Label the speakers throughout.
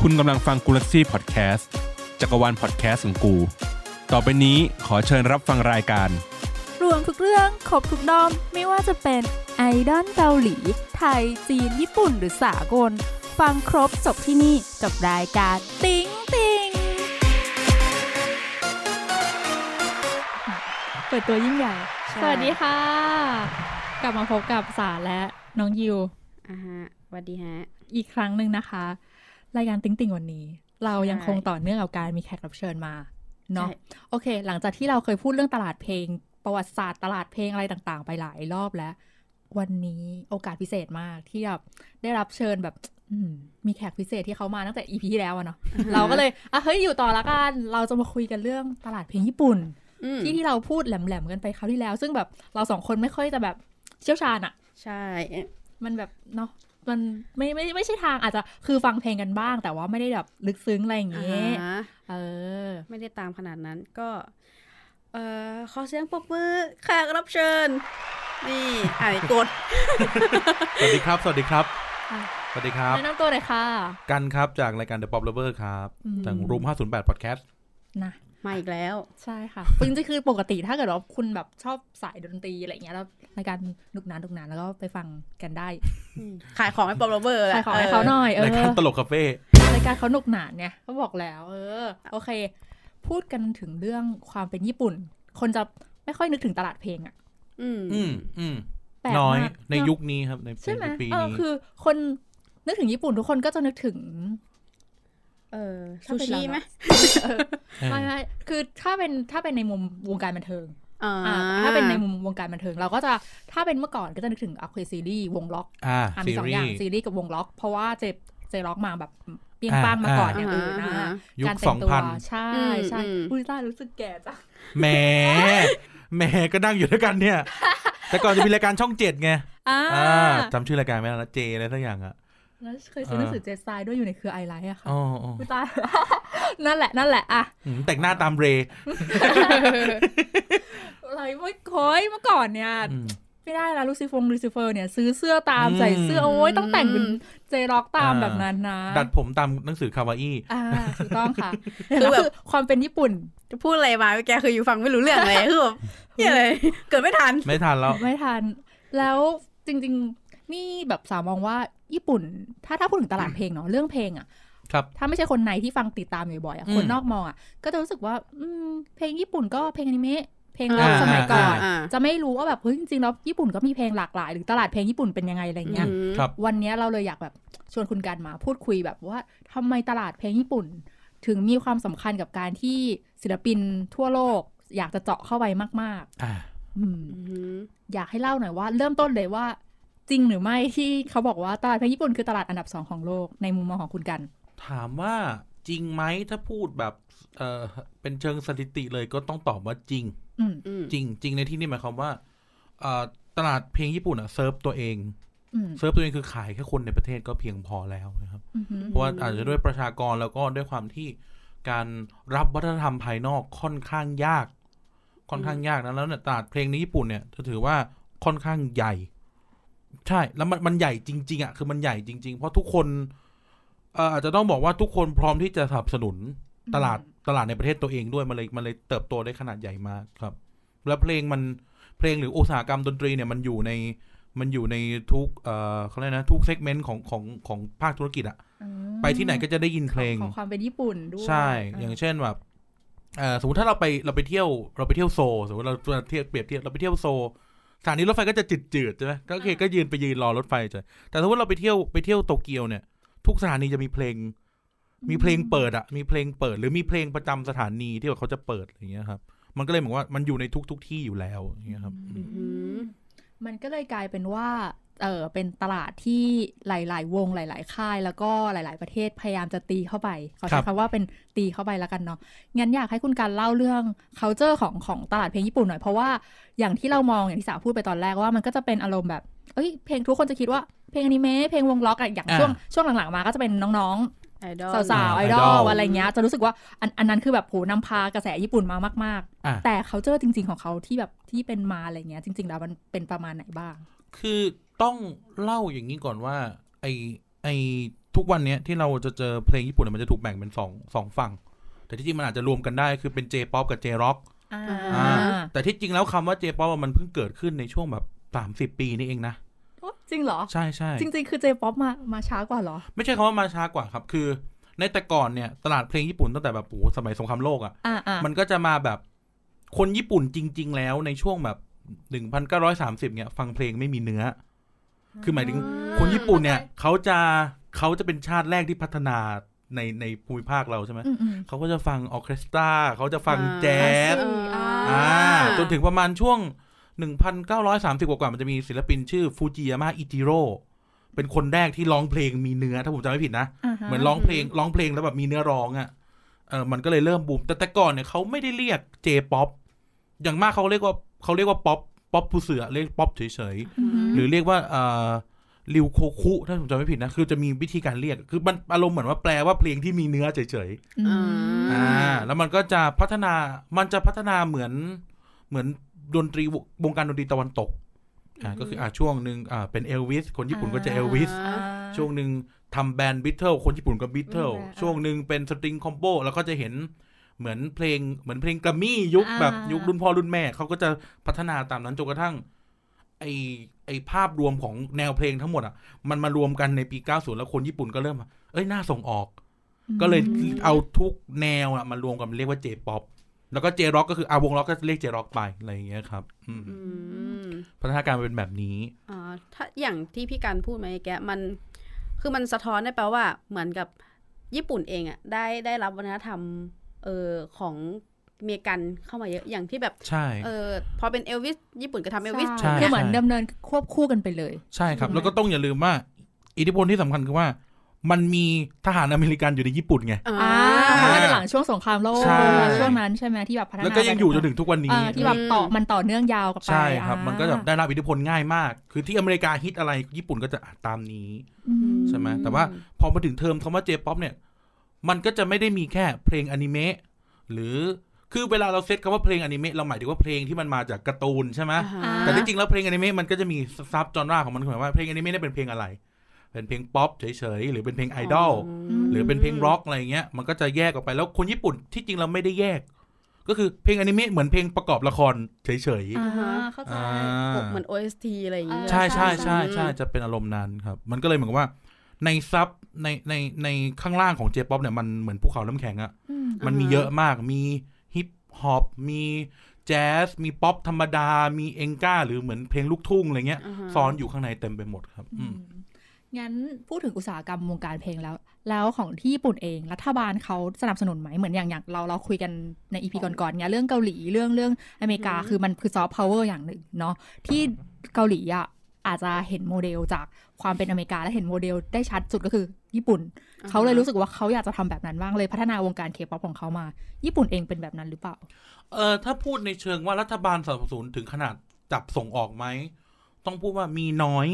Speaker 1: คุณกำลังฟังกูลักซี่พอดแคสต์จักรวาลพอดแคสต์ของกู ต่อไปนี้ขอเชิญรับฟังรายการ
Speaker 2: รวมทุกเรื่องครบทุกด้อม ไม่ว่าจะเป็นไอดอลเกาหลี ไทย จีน ญี่ปุ่น หรือสากล ฟังครบจบที่นี่กับรายการ ติ๊งติงเปิดตัวยิ่งใหญ่
Speaker 3: ใช่
Speaker 2: สวัสดีค่ะ กลับมาพบกับสาและน้องยิว
Speaker 3: อ่าฮะสวัสดีฮะ
Speaker 2: อีกครั้งหนึ่งนะคะ รายการติ๊งติงวันนี้ เรายังคงต่อเนื่องกับการมีแขกรับเชิญมาเนาะ
Speaker 3: ใช่
Speaker 2: โอเค หลังจากที่เราเคยพูดเรื่องตลาดเพลง ประวัติศาสตร์ตลาดเพลงอะไรต่างๆ ไปหลายรอบแล้ว วันนี้โอกาสพิเศษมากที่แบบได้รับเชิญแบบ อืมมีแขกพิเศษที่เขามาตั้งแต่ EP ที่แล้วอะเนาะ เราก็เลยอ่ะเฮ้ยอยู่ต่อละกันเราจะมาคุยกันเรื่องตลาดเพลงญี่ปุ่น
Speaker 3: อืม
Speaker 2: ที่ที่เราพูดแหลมๆกันไปคราวที่แล้ว ซึ่งแบบเราสองคนไม่ค่อยจะแบบเชี่ยวชาญอะ
Speaker 3: ใช่
Speaker 2: มันแบบเนาะมันไม่ไม่ไม่ใช่ทางอาจจะคือฟังเพลงกันบ้าง แต่ว่าไม่ได้แบบลึกซึ้งอะไรอย่าง
Speaker 3: อ่า
Speaker 2: เงี้ย
Speaker 3: ฮะ
Speaker 2: เออ
Speaker 3: ไม่ได้ตามขนาดนั้นก็ เอ่อขอเสียงปรบมือแขกรับเชิญ นี่อ่านกด
Speaker 4: สวัสดีครับ สวัสดีครับ
Speaker 2: ค่ะ
Speaker 4: สวัสดีครับ
Speaker 2: แนะนำตัวหน่อยค่ะ
Speaker 4: กันครับ จากรายการ The Pop Lover ครับ
Speaker 2: อืม
Speaker 4: จากรูม508 Podcast
Speaker 2: นะ
Speaker 3: มาอีกแล้ว
Speaker 2: ใช่ค่ะจริงๆคือปกติถ้าเกิดว่าคุณแบบชอบสายดนตรีอะไรอย่างเงี้ยแล้วรายการหนุกหนานหนุกหนานแล้วก็ไปฟังกัน ได้
Speaker 3: ขายของให้ปอมโรเบอร์แหละ
Speaker 2: ใครขอให้เขาหน่อยเอ
Speaker 4: รายการ
Speaker 2: อ
Speaker 4: ตลกคาเฟ่
Speaker 2: รายการเขาหนุกหนานเนี่ยเขาบอกแล้ว เออ โอเค พูดกันถึงเรื่องความเป็นญี่ปุ่น คนจะไม่ค่อยนึกถึงตลาดเพลงอะ
Speaker 3: อืม
Speaker 4: อืมอืม
Speaker 2: แปลกมาก
Speaker 4: น้อย ในยุคนี้ครับ ใน
Speaker 2: ใช่ไหม
Speaker 4: ปี
Speaker 2: เออ
Speaker 4: นี้
Speaker 2: คือคนนึกถึงญี่ปุ่นทุกคนก็จะนึกถึง
Speaker 3: เออ
Speaker 2: ถ้า
Speaker 3: ซู
Speaker 2: เป็น
Speaker 3: ชิ
Speaker 2: เรา
Speaker 3: ไหม
Speaker 2: เออไม่ไม่คือถ้าเป็นถ้าเป็นในมุมวงการบันเทิง
Speaker 3: อ่า
Speaker 2: อ่าแต่ถ้าเป็นในมุมวงการบันเทิง เราก็จะถ้าเป็นเมื่อก่อนก็จะนึกถึงอะค a ซีรีส์วงล็อก
Speaker 4: อ่า
Speaker 2: อ่ะมี
Speaker 4: ซี
Speaker 2: สอง
Speaker 4: รี
Speaker 2: อย่าง
Speaker 4: ส์
Speaker 2: ซีรีส์กับวงล็อก เพราะว่าเจเจล็อกมาแบบเปียง
Speaker 4: อ่า
Speaker 2: ป้างมาก่อนอย่าง
Speaker 3: อ่า
Speaker 2: อื่นนะ
Speaker 3: ฮะ
Speaker 4: ยุค
Speaker 2: การแต่งตัว
Speaker 4: 2000
Speaker 2: ใช่ใช่
Speaker 3: อืม
Speaker 2: อุ้ยต้ารู้สึกแก่จ้ะ
Speaker 4: แหมแหมก็นั่งอยู่ด้วยกันเนี่ย แต่ก่อนจะมีรายการช่องเจ็ดไง
Speaker 2: อ่า
Speaker 4: อ่าจำชื่อรายการไม่ได้ละเจอะไรสักอย่างอ่ะ
Speaker 2: แล้วเคยซื้อหนังสือเจสไซด้วยอยู่ในเครือไอไลท์อะค่ะ
Speaker 4: อ๋ออ๋อ
Speaker 2: อุ้ยตาย นั่นแหละนั่นแหละอะ
Speaker 4: อืมแต่งหน้าตามเรย์
Speaker 2: อะไรไม่เคยเมื่อก่อนเนี่ย
Speaker 4: อืม
Speaker 2: ไม่ได้ละลูซิฟงลูซิเฟอร์เนี่ย ซื้อเสื้อตาม
Speaker 4: อืม
Speaker 2: ใส่เสื้อ โอ้ยต้องแต่งเป็น
Speaker 3: อืม
Speaker 2: เจร็อกตาม
Speaker 4: อ่า
Speaker 2: แบบนั้นนะ
Speaker 4: ดัดผมตามหนังสือคาวาอี้
Speaker 2: อ่าถูกต้องค่ะ
Speaker 3: คื
Speaker 2: คือ อ
Speaker 3: แบบ
Speaker 2: คือความเป็นญี่ปุ่น
Speaker 3: จะพูดอะไรมาแกคืออยู่ฟังไม่รู้เรื่องเลยคือ แบบเหี้ยอะไรเกิดไม่ทัน
Speaker 4: ไม่ทันแล้ว
Speaker 2: ไม่ทัน แล้วจริง ๆ นี่แบบสาวมองว่าญี่ปุ่น ถ้าถ้าพูดถึงตลาดเพลงเนาะเรื่องเพลงอะ
Speaker 4: ครับ
Speaker 2: ถ้าไม่ใช่คนในที่ฟังติดตามอยู่บ่อยๆอะ
Speaker 4: อืม
Speaker 2: คนนอกมองอะก็จะรู้สึกว่า อืมเพลงญี่ปุ่นก็เพลงอนิเมะเพลงร็
Speaker 3: อ่า
Speaker 2: อกสมัยก่อน
Speaker 4: อ่า
Speaker 2: จะไม่รู้ว่าแบบเฮ้ยจริงๆแล้วญี่ปุ่นก็มีเพลงหลากหลาย หรือตลาดเพลงญี่ปุ่นเป็นยังไงอะไรอย่างเงี้ย
Speaker 3: อืม
Speaker 4: ครับ
Speaker 2: วันเนี้ยเราเลยอยากแบบชวนคุณการมาพูดคุยแบบว่าทำไมตลาดเพลงญี่ปุ่น ถึงมีความสำคัญกับการที่ศิลปินทั่วโลก อยากจะเจาะเข้าไปมาก
Speaker 4: อ่า
Speaker 2: ๆ อืม
Speaker 3: อืม
Speaker 2: อยากให้เล่าหน่อยว่า เริ่มต้นเลยว่า จริงหรือไม่ที่เขาบอกว่าตลาดเพลงญี่ปุ่นคือตลาดอันดับสองของโลกในมุมมองของคุณกัน
Speaker 4: ถามว่าจริงไหมถ้าพูดแบบเออเป็นเชิงสถิติเลยก็ต้องตอบว่าจริง
Speaker 2: อืม
Speaker 3: อืม
Speaker 4: จริงจริงในที่นี่หมายความว่าเอ่อตลาดเพลงญี่ปุ่นอะเซิร์ฟตัวเอง
Speaker 2: อืม
Speaker 4: เซิร์ฟตัวเองคือขายแค่คนในประเทศก็เพียงพอแล้วนะครับ
Speaker 2: อือหือ
Speaker 4: เพราะว่าอาจจะด้วยประชากรแล้วก็ด้วยความที่การรับวัฒนธรรมภายนอกค่อนข้างยาก ค่อนข้างยากนะแล้วเนี่ยตลาดเพลงในญี่ปุ่นเนี่ยถือว่าค่อนข้างใหญ่ ใช่แล้วมันมันใหญ่จริง ๆอะคือมันใหญ่จริง ๆ เพราะทุกคนเอ่ออาจจะต้องบอกว่าทุกคนพร้อมที่จะสนับสนุน ตลาดตลาดในประเทศตัวเองด้วย มันเลยมันเลยเติบโตได้ขนาดใหญ่มากครับ แล้วเพลงมันเพลงหรืออุตสาหกรรมดนตรีเนี่ยมันอยู่ในมันอยู่ในทุกเอ่อเขาเรียกนะทุกเซกเมนต์ของของของภาคธุรกิจอะ
Speaker 2: อืม
Speaker 4: ไปที่ไหนก็จะได้ยินเพลง
Speaker 2: ของความเป็นญี่ปุ่นด้วย
Speaker 4: ใช่ อย่างเช่นแบบเอ่อสมมติถ้าเราไปเราไปเที่ยวเราไปเที่ยวโซลสมมติเราเราเทียบเปรียบเทียบเราไปเที่ยวโซลสถานีรถไฟก็จะจืดจืดๆใช่ไหมก็โอเคก็ยืนไปยืนรอรถไฟจ้ะแต่สมมติเราไปเที่ยวไปเที่ยวโตเกียวเนี่ย ทุกสถานีจะมีเพลง มีเพลงเปิดอะมีเพลงเปิด หรือมีเพลงประจำสถานีที่แบบเขาจะเปิดอย่างเงี้ยครับ มันก็เลยเหมือนว่ามันอยู่ในทุกๆทที่อยู่แล้วอย่างเงี้ยครับ
Speaker 3: อืม
Speaker 2: มันก็เลยกลายเป็นว่า เออเป็นตลาดที่หลาย ๆ วงหลาย ๆ ค่าย แล้วก็หลาย ๆ ประเทศพยายามจะตีเข้าไปขอ
Speaker 4: ครั
Speaker 2: ใช้
Speaker 4: บ
Speaker 2: คำว่าเป็นตีเข้าไปแล้วกันเนาะงั้นอยากให้คุณการเล่าเรื่อง culture ของของตลาดเพลงญี่ปุ่นหน่อย เพราะว่าอย่างที่เรามองอย่างที่สาวพูดไปตอนแรกว่ามันก็จะเป็นอารมณ์แบบเอ้ยเพลงทุกคนจะคิดว่าเพลงอนิเมะเพลงวงล็อกอะอย่างช่วงช่วงหลัง ๆ มาก็จะเป็นน้อง ๆ
Speaker 3: ไอดอล
Speaker 2: สาวๆไอ
Speaker 4: ไอ
Speaker 2: ด
Speaker 4: ด
Speaker 2: อ
Speaker 4: อ
Speaker 2: ล
Speaker 4: ล
Speaker 2: อะไรเงี้ยจะรู้สึกว่าอันอันนั้นคือแบบโหนำพากระแสญี่ปุ่นมามาก
Speaker 4: อ่ะ
Speaker 2: ๆ แต่เขาเจอจริง ๆ ของเขาที่แบบที่เป็นมาอะไรเงี้ย จริง ๆ แล้วมันเป็นประมาณไหนบ้าง
Speaker 4: คือต้องเล่าอย่างนี้ก่อนว่า ไอไอ ทุกวันเนี้ยที่เราจะเจอเพลงญี่ปุ่นเนยมันจะถูกแบ่งเป็นสองสองฝั่ง แต่ที่จริงมันอาจจะรวมกันได้คือเป็น J-POP กับ J-ROCK
Speaker 2: อ่า
Speaker 3: อ่า
Speaker 4: แต่ที่จริงแล้วคำว่า J-POP อะมันเพิ่งเกิดขึ้นในช่วงแบบสามสิบปีนี่เองนะ
Speaker 2: โอ๊ยจริงเหรอ
Speaker 4: ใช่ใช่
Speaker 2: จริง ๆ คือเจป๊อปมามาช้ากว่าเหรอ
Speaker 4: ไม่ใช่คำว่ามาช้ากว่าครับ คือ ในแต่ก่อนเนี่ยตลาดเพลงญี่ปุ่นตั้งแต่แบบโอ้โหสมัยสงครามโลกอ่ะ
Speaker 2: อ่าอ่า
Speaker 4: มันก็จะมาแบบคนญี่ปุ่นจริง ๆ แล้วในช่วงแบบหนึ่งพันเก้าร้อยสามสิบเนี่ยฟังเพลงไม่มีเนื้อ คือหมายถึง คนญี่ปุ่นเนี่ยเขาจะเขาจะเป็นชาติแรกที่พัฒนาในในภูมิภาคเราใช่ไหม
Speaker 2: อืมอืม
Speaker 4: เขาก็จะฟังออร์เคสตราเขาจะฟังแจ๊ส
Speaker 2: อ่า
Speaker 4: อ่าจนถึงประมาณช่วง 1930 กว่าๆมันจะมีศิลปินชื่อฟูจิยามะอิจิโร่เป็นคนแรกที่ร้องเพลงมีเนื้อ ถ้าผมจำไม่ผิดนะ
Speaker 2: อ่าฮะ
Speaker 4: เหมือนร้องเพลงร้องเพลงแล้วแบบมีเนื้อร้องอะ่ะเออมันก็เลยเริ่มบูมแต่แต่ก่อนเนี่ยเขาไม่ได้เรียกเจป๊อปอย่างมากเขาเรียกว่าเขาเรียกว่าป๊อปป๊อปผู้เสือเรียกป๊อปเฉยๆ
Speaker 2: อืม
Speaker 4: หรือเรียกว่าเอ่อริวโคคุถ้าผมจำไม่ผิดนะ คือจะมีวิธีการเรียก คือมันอารมณ์เหมือนว่าแปลว่าเพลงที่มีเนื้อเฉย
Speaker 2: อืม
Speaker 4: ๆ
Speaker 3: อ่า
Speaker 4: อ่าแล้วมันก็จะพัฒนามันจะพัฒนาเหมือนเหมือนดนตรีววงการดนตรีตะวันตกอ่าก็คืออ่าช่วงหนึ่งอ่าเป็นเอลวิสคนญี่ปุ่นก็จะ
Speaker 2: อ่า
Speaker 4: เอลวิส
Speaker 2: อ่า
Speaker 4: ช่วงหนึ่งทำแบนด์บิทเทิลคนญี่ปุ่นก็บิทเทิล
Speaker 2: อืมอ่า
Speaker 4: ช่วงหนึ่งเป็นสตริงคอมโบแล้วก็จะเห็นเหมือนเพลงเหมือนเพลงกรมมี่ยุค
Speaker 2: อ่า
Speaker 4: แบบยุครุ่นพ่อรุ่นแม่เขาก็จะพัฒนาตามนั้นจนกระทั่ง ไอไอภาพรวมของแนวเพลงทั้งหมดอ่ะ มันมารวมกันในปี 90 แล้วคนญี่ปุ่นก็เริ่มว่าเอ้ย น่าส่งออก ก็เลยเอาทุกแนวอ่ะมารวมกันเรียกว่าเจป๊อปแล้วก็เจร็อกก็คืออาวงล็อกก็เรียกเจร็อกไป อะไรอย่างเงี้ยครับอืม
Speaker 3: อืม
Speaker 4: พัฒนาการมันเป็นแบบนี้
Speaker 3: อ่าถ้าอย่างที่พี่การพูดมาไอ้แกะมัน คือมันสะท้อนได้แปลว่า เหมือนกับญี่ปุ่นเองอะได้ได้รับวัฒนธรรม เออของอเมริกันเข้ามาเยอะ อย่างที่แบบ
Speaker 4: ใช่
Speaker 3: เออพอเป็นเอลวิส ญี่ปุ่นก็ทำเอลวิส
Speaker 4: ใช่
Speaker 2: คือเหมือนดำเนินควบคู่กันไปเลย
Speaker 4: ใช่ครับ
Speaker 2: ใช่ไหม
Speaker 4: แล้วก็ต้องอย่าลืมว่า อิทธิพลที่สำคัญคือว่า มันมีทหารอเมริกันอยู่ในญี่ปุ่นไง
Speaker 2: อ่า
Speaker 4: อ่า
Speaker 2: หลังช่วงสงครามโลก
Speaker 4: ใช่
Speaker 2: ช่วงนั้นใช่ไหมที่แบบพัฒนา
Speaker 4: แล้วก็ยังอยู่จน
Speaker 2: ไป
Speaker 4: ถึงทุกวันนี้
Speaker 2: อ่าที่แบบต่อมันต่อเนื่องยาวกับไป
Speaker 4: ใช่ครับ มันก็จะ
Speaker 2: อ่า
Speaker 4: ได้รับอิทธิพลง่ายมาก คือที่อเมริกาฮิตอะไรญี่ปุ่นก็จะอ่ะตามนี้
Speaker 2: อืม
Speaker 4: ใช่ไหมแต่ว่าพอมาถึงเทอมคำว่า J-POP เนี่ย มันก็จะไม่ได้มีแค่เพลงอนิเมะหรือคือเวลาเราเซตคำว่าเพลงอนิเมะเราหมายถึงว่าเพลงที่มันมาจากการ์ตูนใช่ไหม
Speaker 3: อ่า
Speaker 4: แต่ที่จริงแล้วเพลงอนิเมะมันก็จะมีซับจอนราของมันคือหมายว่าเพลงอนิเมะเนี่ยเป็นเพลงอะไร เป็นเพลงป๊อปเฉยๆ หรือเป็นเพลงไอดอล
Speaker 2: ม
Speaker 4: หรือเป็นเพลงร็อกอะไรเงี้ยมันก็จะแยกออกไปแล้วคนญี่ปุ่นที่จริงเราไม่ได้แยก ก็คือเพลงอนิเมะเหมือนเพลงประกอบละครเฉย
Speaker 2: อ่าเข้าใจ
Speaker 4: ๆอ่า
Speaker 3: เหมือน OST อะไรอย่างเงี้ย
Speaker 2: เออ
Speaker 4: ใช่ใช่
Speaker 2: ใช่
Speaker 4: ใช่ใช่จะเป็นอารมณ์นั้นครับ มันก็เลยเหมือนกับว่า ในซับในในในข้างล่างของเจป๊อปเนี่ยมันเหมือนภูเขาน้ำแข็งอะ
Speaker 2: อืม
Speaker 4: มันมีเยอะมากมีฮิปฮอปมีแจ๊สมีป๊อปธรรมดา มีเองก้า หรือเหมือนเพลงลูกทุ่งอะไรเงี้ย
Speaker 3: อ่าฮะ
Speaker 4: ซ้อนอยู่ข้างในเต็มไปหมดครับ อืม
Speaker 2: งั้นพูดถึงอุตสาหกรรมวงการเพลงแล้ว แล้วของที่ญี่ปุ่นเองรัฐบาลเขาสนับสนุนไหมเหมือนอย่างอย่างเราเราคุยกันในอีพีก่อนๆเนี่ยเรื่องเกาหลีเรื่องเรื่องอเมริกา
Speaker 3: อืม
Speaker 2: คือมันคือซอฟต์พาวเวอร์อย่างหนึ่งเนาะที่เกาหลีอ่ะอาจจะเห็นโมเดลจากความเป็นอเมริกาและเห็นโมเดลได้ชัดสุดก็คือญี่ปุ่น เขาเลยรู้สึกว่าเขาอยากจะทำแบบนั้นบ้างเลยพัฒนาวงการเคป๊อปของเขามา ญี่ปุ่นเองเป็นแบบนั้นหรือเปล่า
Speaker 4: เออถ้าพูดในเชิงว่ารัฐบาลสนับสนุนถึงขนาดจับส่งออกไหม ต้องพูดว่ามีน้อย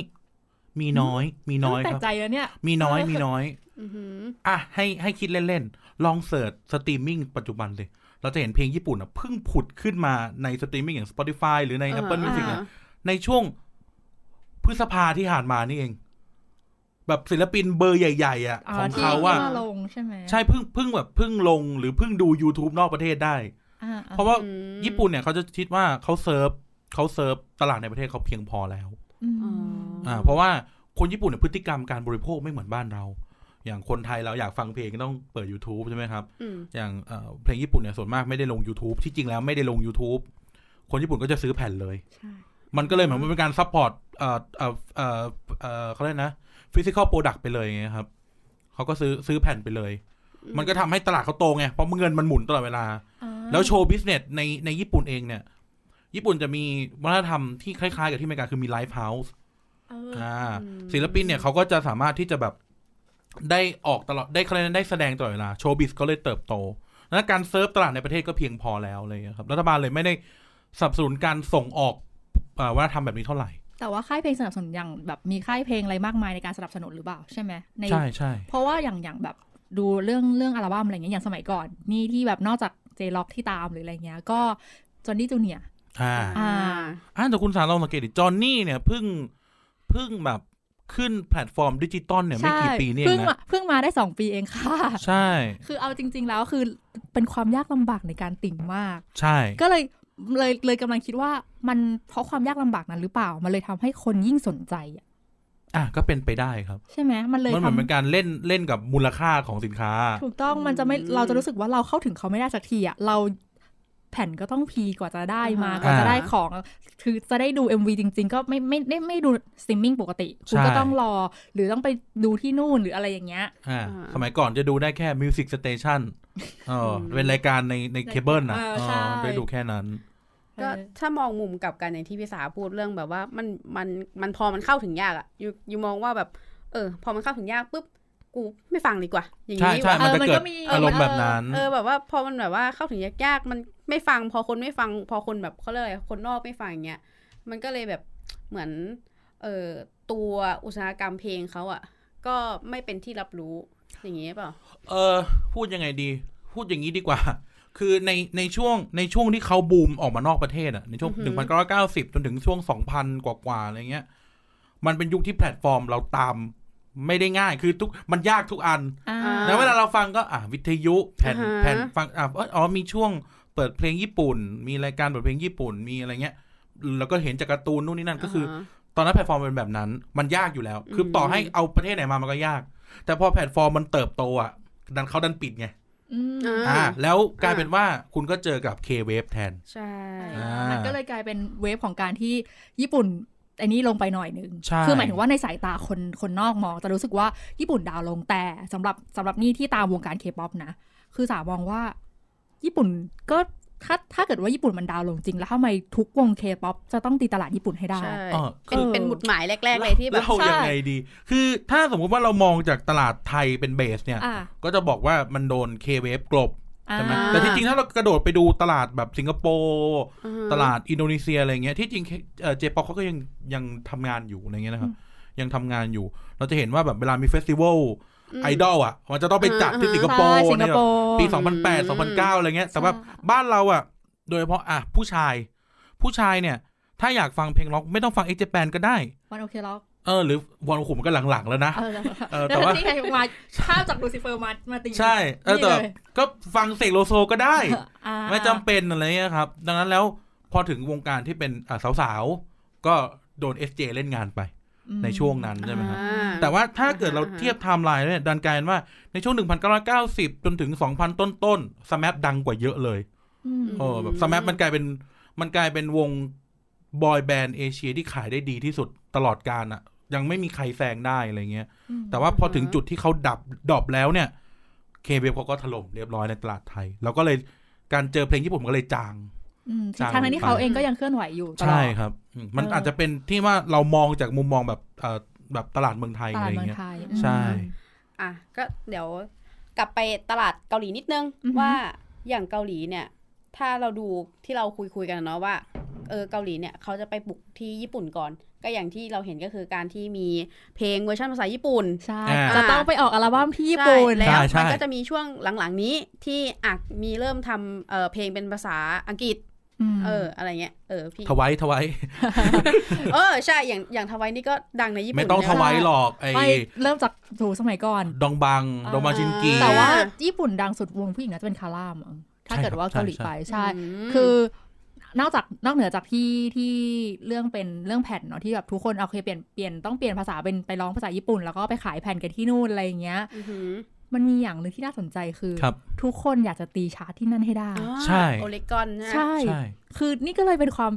Speaker 4: มีน้อย มีน้อย
Speaker 2: แปล
Speaker 4: ค
Speaker 2: ก
Speaker 4: รับ
Speaker 2: ใจแล้วเนี่ย
Speaker 4: มีน้อยมีน้อย
Speaker 3: อือหือ
Speaker 4: อ่ะให้ให้คิดเล่น ๆ ลองเสิร์ชสตรีมมิ่งปัจจุบันเลย เราจะเห็นเพลงญี่ปุ่นอ่ะเพิ่งผุดขึ้นมาในสตรีมมิ่งอย่าง Spotify หรือใน Apple
Speaker 3: อ่า
Speaker 4: Music เนี่ยในช่วงพฤษภาที่ผ่านมานี่เอง แบบศิลปินเบอร์ใหญ่ ๆ อ่ะ ของ
Speaker 2: ที่
Speaker 4: เขา
Speaker 2: ที่
Speaker 4: ว่า
Speaker 2: มาลงใช่ไหม
Speaker 4: ใช่เพิ่งเพิ่งแบบเพิ่งลงหรือเพิ่งดู YouTube นอกประเทศได้
Speaker 2: อ่า
Speaker 4: เพราะว่า
Speaker 3: อืม
Speaker 4: ญี่ปุ่นเนี่ยเขาจะคิดว่าเขาเซิร์ฟเขาเซิร์ฟตลาดในประเทศเขาเพียงพอแล้ว
Speaker 2: อืม
Speaker 3: อ๋ออ
Speaker 4: อ่าเพราะว่าคนญี่ปุ่นเนี่ยพฤติกรรมการบริโภคไม่เหมือนบ้านเรา อย่างคนไทยเราอยากฟังเพลงก็ต้องเปิด YouTube ใช่ไหมครับ
Speaker 3: อืม
Speaker 4: อย่างเอ่อเพลงญี่ปุ่นเนี่ยส่วนมากไม่ได้ลง YouTube ที่จริงแล้วไม่ได้ลง YouTube คนญี่ปุ่นก็จะซื้อแผ่นเลย
Speaker 2: ใช่
Speaker 4: มันก็เลยเหมือนมันเป็นการซัพพอร์ตเอ่อเอ่อเอ่อเอ่อเขาเรียกนะฟิสิกอลโปรดักต์ไปเลยไงครับเขาก็ซื้อซื้อแผ่นไปเลย
Speaker 3: อืม
Speaker 4: มันก็ทำให้ตลาดเขาโตไงเพราะเงินมันหมุนตลอดเวลา
Speaker 2: อ่า
Speaker 4: แล้วโชว์บิสเนสในในญี่ปุ่นเองเนี่ย ญี่ปุ่นจะมีวัฒนธรรมที่คล้ายๆกับที่อเมริกาคือมีไลฟ์เฮาส์
Speaker 2: เออ
Speaker 4: อ่า
Speaker 3: อืม
Speaker 4: ศิลปินเนี่ยเขาก็จะสามารถที่จะแบบได้ออกตลอดได้คะแนนได้แสดงตลอดเวลาโชว์บิสก็เลยเติบโตและการเซิร์ฟตลาดในประเทศก็เพียงพอแล้วอะไรอย่างเลยครับรัฐบาลเลยไม่ได้สนับสนุนการส่งออกเอ่อวัฒนธรรมแบบนี้เท่าไหร่
Speaker 2: แต่ว่าค่ายเพลงสนับสนุนอย่างแบบมีค่ายเพลงอะไรมากมายในการสนับสนุนหรือเปล่าใช่ไหมใน
Speaker 4: ใช่ใช่
Speaker 2: เพราะว่าอย่างอย่างแบบดูเรื่องเรื่องอัลบั้มอะไรเงี้ยอย่างสมัยก่อน นี่ที่แบบนอกจากเจล็อกที่ตามหรืออะไรเงี้ยก็จอห์นนี่จูเนีย
Speaker 4: อ่า
Speaker 2: อ่า
Speaker 4: อ่าแต่คุณสารลองสังเกตดิจอห์นนี่เนี่ยเพิ่งเพิ่งแบบ ขึ้นแพลตฟอร์มดิจิตอลเนี่ยไม่กี่ปีนี่เอ
Speaker 2: เพิ่
Speaker 4: ง
Speaker 2: งมา
Speaker 4: นะ
Speaker 2: เพิ่งมาได้สองปีเองค่ะ
Speaker 4: ใช่
Speaker 2: คือเอาจริง ๆ แล้วคือเป็นความยากลำบากในการติ่งมาก
Speaker 4: ใช่
Speaker 2: ก็เลยเลยเลยกำลังคิดว่ามันเพราะความยากลำบากนั้นหรือเปล่า มันเลยทำให้คนยิ่งสนใจอะ
Speaker 4: อ่ะก็เป็นไปได้ครับ
Speaker 2: ใช่ไหมมันเลย
Speaker 4: มันเหมือนเป็น
Speaker 2: ทำ
Speaker 4: การเล่นเล่นกับมูลค่าของสินค้า
Speaker 2: ถูกต้องมันจะไม่
Speaker 3: อืม
Speaker 2: เราจะรู้สึกว่าเราเข้าถึงเขาไม่ได้สักทีอะเราแผ่นก็ต้องพีกว่าจะได้มา
Speaker 3: อ่าฮะ
Speaker 2: กว่าจะได้ของคือจะได้ดู MV จริง ๆ ก็ไม่ไม่ไม่ไม่ดูสตรีมมิ่งปกติ คุณ
Speaker 4: ใช่
Speaker 2: ก็ต้องรอหรือต้องไปดูที่นู่นหรืออะไรอย่างเงี้ย
Speaker 4: อ่า
Speaker 3: อ่า
Speaker 4: สมัยก่อนจะดูได้แค่มิวสิกสเตชันเออ
Speaker 3: ม
Speaker 4: เป็นรายการในในเคเบิลนะ
Speaker 2: เออ
Speaker 4: เออ
Speaker 2: ใช่
Speaker 4: ได้ดูแค่นั้น
Speaker 3: ก็ถ้ามองมุมกลับกันอย่างที่พี่สาพูดเรื่องแบบว่ามันมันมันพอมันเข้าถึงยากอะยูยูมองว่าแบบ เออ พอมันเข้าถึงยากปุ๊บกูไม่ฟังดีกว่า อย่าง
Speaker 4: ใช่
Speaker 3: นี้
Speaker 4: ใช่
Speaker 3: ว่ะ
Speaker 4: มันจะ
Speaker 2: เออมัน
Speaker 4: เกิ
Speaker 2: ก็
Speaker 4: ด
Speaker 2: มี
Speaker 4: อารมณ์แบบนั้น
Speaker 3: เออแบบว่าพอมันแบบว่าเข้าถึงยากๆมันไม่ฟังพอคนไม่ฟัง พอคนแบบเขาเรียกอะไรคนนอกไม่ฟังอย่างเงี้ยมันก็เลยแบบเหมือนเออตัวอุตสาหกรรมเพลงเขาอะก็ไม่เป็นที่รับรู้อย่างเงี้ยเปล่า
Speaker 4: เออพูดยังไงดี พูดอย่างนี้ดีกว่า คือในในช่วงในช่วงที่เขาบูมออกมานอกประเทศอะในช่วง
Speaker 3: อือหื
Speaker 4: หนึ่งพั
Speaker 3: อ
Speaker 4: นเก้าร้อยเก้าสิบจนถึงช่วงสองพันกว่าๆอะไรเงี้ย มันเป็นยุคที่แพลตฟอร์มเราตามไม่ได้ง่าย คือทุกมันยากทุกอัน
Speaker 2: อ่า
Speaker 3: อ่า
Speaker 4: แล้วเวลาเราฟังก็อ่ะวิทยุแผ่น
Speaker 3: อ่าฮะ
Speaker 4: แผ่นฟังอ่ะเอ้ยอ๋อมีช่วงเปิดเพลงญี่ปุ่น มีรายการเปิดเพลงญี่ปุ่นมีอะไรเงี้ยแล้วก็เห็นจากการ์ตูนนู่นนี่นั่นก็คืออ
Speaker 3: ฮะ
Speaker 4: ตอนนั้นแพลตฟอร์มเป็นแบบนั้น มันยากอยู่แล้ว คือ
Speaker 3: อืม
Speaker 4: ต่อให้เอาประเทศไหนมามันก็ยาก แต่พอแพลตฟอร์มมันเติบโตอ่ะดันเขาดันปิดไง
Speaker 2: อืม
Speaker 3: อ่า
Speaker 4: อ่า แล้วกลายเป็นว่าคุณก็เจอกับ K-Wave แทน
Speaker 3: ใช่
Speaker 4: อ่ามั
Speaker 2: มันก็เลยกลายเป็นเวฟของการที่ญี่ปุ่นอันนี้ลงไปหน่อยหนึ่ง
Speaker 4: ใช่
Speaker 2: คือหมายถึงว่าในสายตาคนคนนอกมองจะรู้สึกว่าญี่ปุ่นดาวลงแต่สำหรับสำหรับนี่ที่ตามวงการเคป๊อปนะ คือสาวมองว่า ญี่ปุ่นก็ถ้าถ้าเกิดว่าญี่ปุ่นมันดาวลงจริง แล้วทำไมทุกวงเคป๊อปจะต้องตีตลาดญี่ปุ่นให้ได้
Speaker 3: ใช่
Speaker 4: เออ
Speaker 3: เป็นเป็นหมุดหมายแรก ๆ
Speaker 4: เรา
Speaker 3: เลยที่แบบ
Speaker 4: เรายังไงดี คือถ้าสมมุติว่าเรามองจากตลาดไทยเป็นเบสเนี่ย
Speaker 2: อ่า
Speaker 4: ก็จะบอกว่ามันโดน K-Wave กลบใช่ไหม
Speaker 2: อ่า
Speaker 4: แต่ที่จริงถ้าเรากระโดดไปดูตลาดแบบสิงคโปร์
Speaker 3: อือฮะ
Speaker 4: ตลาดอินโดนีเซียอะไรเงี้ยที่จริงเอ่อเจป๊อปเขาก็ยังยังทำงานอยู่อะไรเงี้ยนะครับ ยังทำงานอยู่ เราจะเห็นว่าแบบเวลามีเฟสติวัล
Speaker 3: ม
Speaker 4: ไอดอลอ่ะ มันจะต้องไปจัดที่
Speaker 3: อ่าฮะ
Speaker 4: สิงคโปร์
Speaker 2: ใช่สิงค
Speaker 4: เนี่ย
Speaker 2: โปร์
Speaker 4: ปี
Speaker 3: สอง
Speaker 4: 2008 2009 อะไรเงี้ย แต่ว่า
Speaker 2: ใช่
Speaker 4: บ้านเราอ่ะ โดยเฉพาะอ่ะ ผู้ชาย ผู้ชายเนี่ย ถ้าอยากฟังเพลงร็อกไม่ต้องฟังเอ็กเจแปนก็ได้
Speaker 2: วันโอเคล็อก
Speaker 4: เออ หรือวันขุมนก็หลัง ๆ แล้วนะ
Speaker 2: เออ
Speaker 4: เออแต่
Speaker 2: แต่
Speaker 4: ว่า
Speaker 2: ว่านี่ไงมาข้ามจากลูซิเฟอร์มามาตี
Speaker 4: ใช่เออ
Speaker 2: นี่
Speaker 4: แต่
Speaker 2: เลย
Speaker 4: ก็ฟังเสกโลโซก็ได้
Speaker 2: อ่า
Speaker 4: ไม่จำเป็นอะไรเงี้ยครับ ดังนั้นแล้วพอถึงวงการที่เป็นอ่ะสาวๆ ก็โดน SJ เล่นงานไป ในช่วงนั้นใช่ไหมครับ
Speaker 3: อ่า
Speaker 4: แต่ว่าถ้าเกิดเรา
Speaker 3: อ่าฮะ
Speaker 4: เทียบไทม์ไลน์เนี่ยดันกลายเป็นว่าในช่วง 1990 จนถึง 2,000 ต้นต้นสแมปดังกว่าเยอะเลย
Speaker 2: อืม
Speaker 4: เออแบบ
Speaker 3: อืม
Speaker 4: สแมปมันกลายเป็นมันกลายเป็นวงบอยแบนด์เอเชียที่ขายได้ดีที่สุดตลอดการอะยังไม่มีใครแซงได้อะไรเงี้ย
Speaker 2: อืม
Speaker 4: แต่ว่าพอถึงจุดที่เขาดับดรอปแล้วเนี่ยเคเบเขาก็ถล่มเรียบร้อยในตลาดไทย แล้วก็เลยการเจอเพลงญี่ปุ่นมันก็เลยจาง
Speaker 2: อืม
Speaker 4: จ้าง
Speaker 2: ทั้งนั้นที่
Speaker 4: ไป
Speaker 2: เขาเองก็ยังเคลื่อนไหวอยู่ตลอด
Speaker 4: ใช่ครับอืมมัน
Speaker 2: เอออ
Speaker 4: อาจจะเป็นที่ว่าเรามองจากมุมมองแบบเอ่อแบบตลาดเมืองไทย
Speaker 2: ต
Speaker 4: อะ
Speaker 2: ลา
Speaker 4: ไร
Speaker 2: ดเมือง
Speaker 4: เงี้ย
Speaker 2: ไทย
Speaker 4: ใช่
Speaker 3: อ่ะก็เดี๋ยวกลับไปตลาดเกาหลีนิดนึง
Speaker 2: อือฮึ
Speaker 3: ว่าอย่างเกาหลีเนี่ย ถ้าเราดูที่เราคุยคุยๆกันเนาะว่าเออเกาหลีเนี่ยเขาจะไปบุกที่ญี่ปุ่นก่อน ก็อย่างที่เราเห็นก็คือการที่มีเพลงเวอร์ชันภาษาญี่ปุ่น
Speaker 2: ใช่
Speaker 4: อ่า
Speaker 2: จะต้องไปออกอัลบั้มที่ญี่ปุ่น
Speaker 3: ใช่แล้ว
Speaker 4: ใช่ใช่
Speaker 3: มันก็จะมีช่วงหลังๆนี้ที่อักมีเริ่มทำเอ่อเพลงเป็นภาษาอังกฤษ เอออะไรเงี้ยเออพี่
Speaker 4: ทวายทวาย
Speaker 3: เออใช่อย่างอย่างทวายนี่ก็ดังในญี่ปุ่น
Speaker 4: ไม่ต้อง
Speaker 3: นะ
Speaker 4: ถวายหรอกไอ้
Speaker 2: ไม่เริ่มจากถูสมัยก่อน
Speaker 4: ดองบัง
Speaker 2: อ่า
Speaker 4: ดองบังชินกี
Speaker 2: แต่ว่าญี่ปุ่นดังสุดวงผู้หญิงน่าจะเป็นคาร่ามั้งถ้าเกิดว่าเกาหลีไปใช่
Speaker 3: ม
Speaker 2: คือนอกจากนอกเหนือจากที่ที่เรื่องเป็นเรื่องแผ่นเนาะที่แบบทุกคนเอาเคยเปลี่ยนเปลี่ยนต้องเปลี่ยนภาษาเป็นไปร้องภาษาญี่ปุ่น แล้วก็ไปขายแผ่นกันที่นู่นอะไรอย่างเงี้ย
Speaker 3: อหือ
Speaker 2: มันมีอย่างหนึ่งที่น่าสนใจคือ
Speaker 4: ครับ
Speaker 2: ทุกคนอยากจะตีชาร์ตที่นั่นให้ได้
Speaker 3: อ๋อ
Speaker 4: ใช่
Speaker 3: โอเลกอนนะ
Speaker 2: ใช่
Speaker 4: ใช่
Speaker 2: คือนี่ก็เลยเป็นความ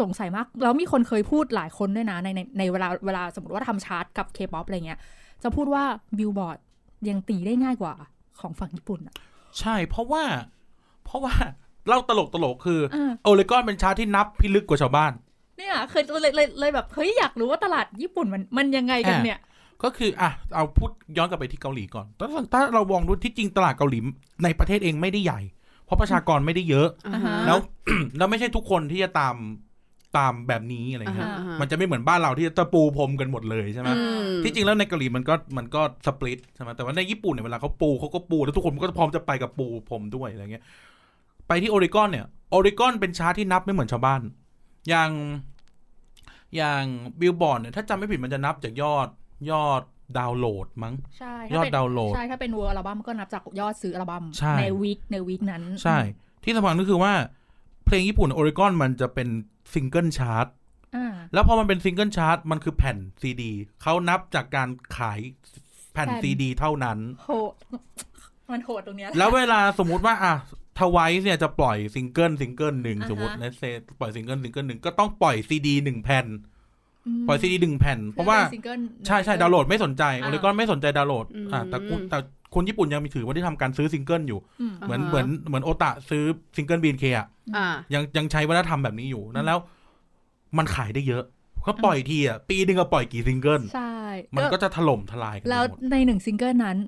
Speaker 2: สงสัยมาก แล้วมีคนเคยพูดหลายคนด้วยนะ ในในในเวลาเวลาสมมติว่าทำชาร์ตกับเคป๊อปอะไรเงี้ย จะพูดว่าบิลบอร์ดยังตีได้ง่ายกว่าของฝั่งญี่ปุ่นอะ
Speaker 4: ใช่ เพราะว่า เพราะว่า เล่าตลกตลกๆคืออา โอเลกอนเป็นชาร์ตที่นับพิลึกกว่าชาวบ้าน
Speaker 2: เนี่ยเคยเลยเลยเลยแบบ เฮ้ย อยากรู้ว่าตลาดญี่ปุ่นมันมันยังไงกันเนี่ย
Speaker 4: ก็คือ อ่ะ เอาพูดย้อนกลับไปที่เกาหลีก่อนถ้าถ้าเรามองดูที่จริงตลาดเกาหลี ในประเทศเองไม่ได้ใหญ่ เพราะประชากรไม่ได้เยอะ
Speaker 2: อ่าฮะ
Speaker 4: แล้ว แล้วไม่ใช่ทุกคนที่จะตามตามแบบนี้อะไร
Speaker 3: อ่า
Speaker 4: เงี้ย
Speaker 3: ฮะอ่าฮะ
Speaker 4: มันจะไม่เหมือนบ้านเราที่จะปูพรมกันหมดเลยใช่ไหม
Speaker 3: อืม
Speaker 4: ที่จริงแล้วในเกาหลีมันก็มันก็สปลิตใช่ไหมแต่ว่าในญี่ปุ่นเนี่ยเวลาเขาปูเขาก็ปูแล้วทุกคนก็พร้อมจะไปกับปูผมด้วยอะไรเงี้ยไปที่โอริกอนเนี่ยโอริกอนเป็นชาร์ตที่นับไม่เหมือนชาวบ้าน อย่าง อย่างบิลบอร์ดเนี่ยถ้าจำไม่ผิดมันจะนับจากยอดยอดดาวน์โหลดมั้ง
Speaker 2: ใช่
Speaker 4: ย
Speaker 2: ถ้
Speaker 4: อด
Speaker 2: เป็น
Speaker 4: ดาวน์โหลด
Speaker 2: ใช่ถ้าเป็นเวอร์อัลบั้มก็นับจากยอดซื้ออัลบั้ม
Speaker 4: ใช่
Speaker 2: ในวีคในวีคนั้น
Speaker 4: ใช่ ที่สำคัญก็คือว่าเพลงญี่ปุ่นโอริกอนมันจะเป็นซิงเกิลชาร์ต
Speaker 2: อ่า
Speaker 4: แล้วพอมันเป็นซิงเกิลชาร์ตมันคือแผ่นซีดีเขานับจากการขายแผ่นซีดีเท่านั้น
Speaker 2: โหด มันโหดตรงเนี้ย
Speaker 4: แล้วเวลาสมมุติว่าอ่ะทวายเนี่ยจะปล่อยซิงเกิลซิงเกิลหนึ่ง
Speaker 2: อ่าฮะ
Speaker 4: สมมติเลสเซปล่อยซิงเกิลซิงเกิลหนึ่งก็ต้องปล่อยซีดีหนึ่งแผ่น ปล่อยซีดีหนึ่งแผ่น เพราะว่า
Speaker 2: พื่อป็นซิงเกิล
Speaker 4: ใช่ใช่ดาวน์โหลดไม่สนใจ
Speaker 2: อ่า
Speaker 4: โอริกอนไม่สนใจดาวน์โหลด
Speaker 3: อืม
Speaker 4: อ่าแต่กูแต่คนญี่ปุ่นยังมีถือว่าที่ทำการซื้อซิงเกิลอยู่
Speaker 2: อืม
Speaker 4: เหมือนเหมือนเหมือนโอตะซื้อซิงเกิลบีนเคอะ
Speaker 3: อ่า
Speaker 4: ยังยังใช้วัฒนธรรมแบบนี้อยู่นั้นแล้ว มันขายได้เยอะเขาปล่อยทีอ่ะ ปีหนึงก็ปล่อยกี่ซิงเกิล
Speaker 2: ใช่
Speaker 4: มันก็จะถล่มทลายกันไป
Speaker 2: แล้ว
Speaker 4: หมด
Speaker 2: ในหนึ่งซิงเกิลนั้น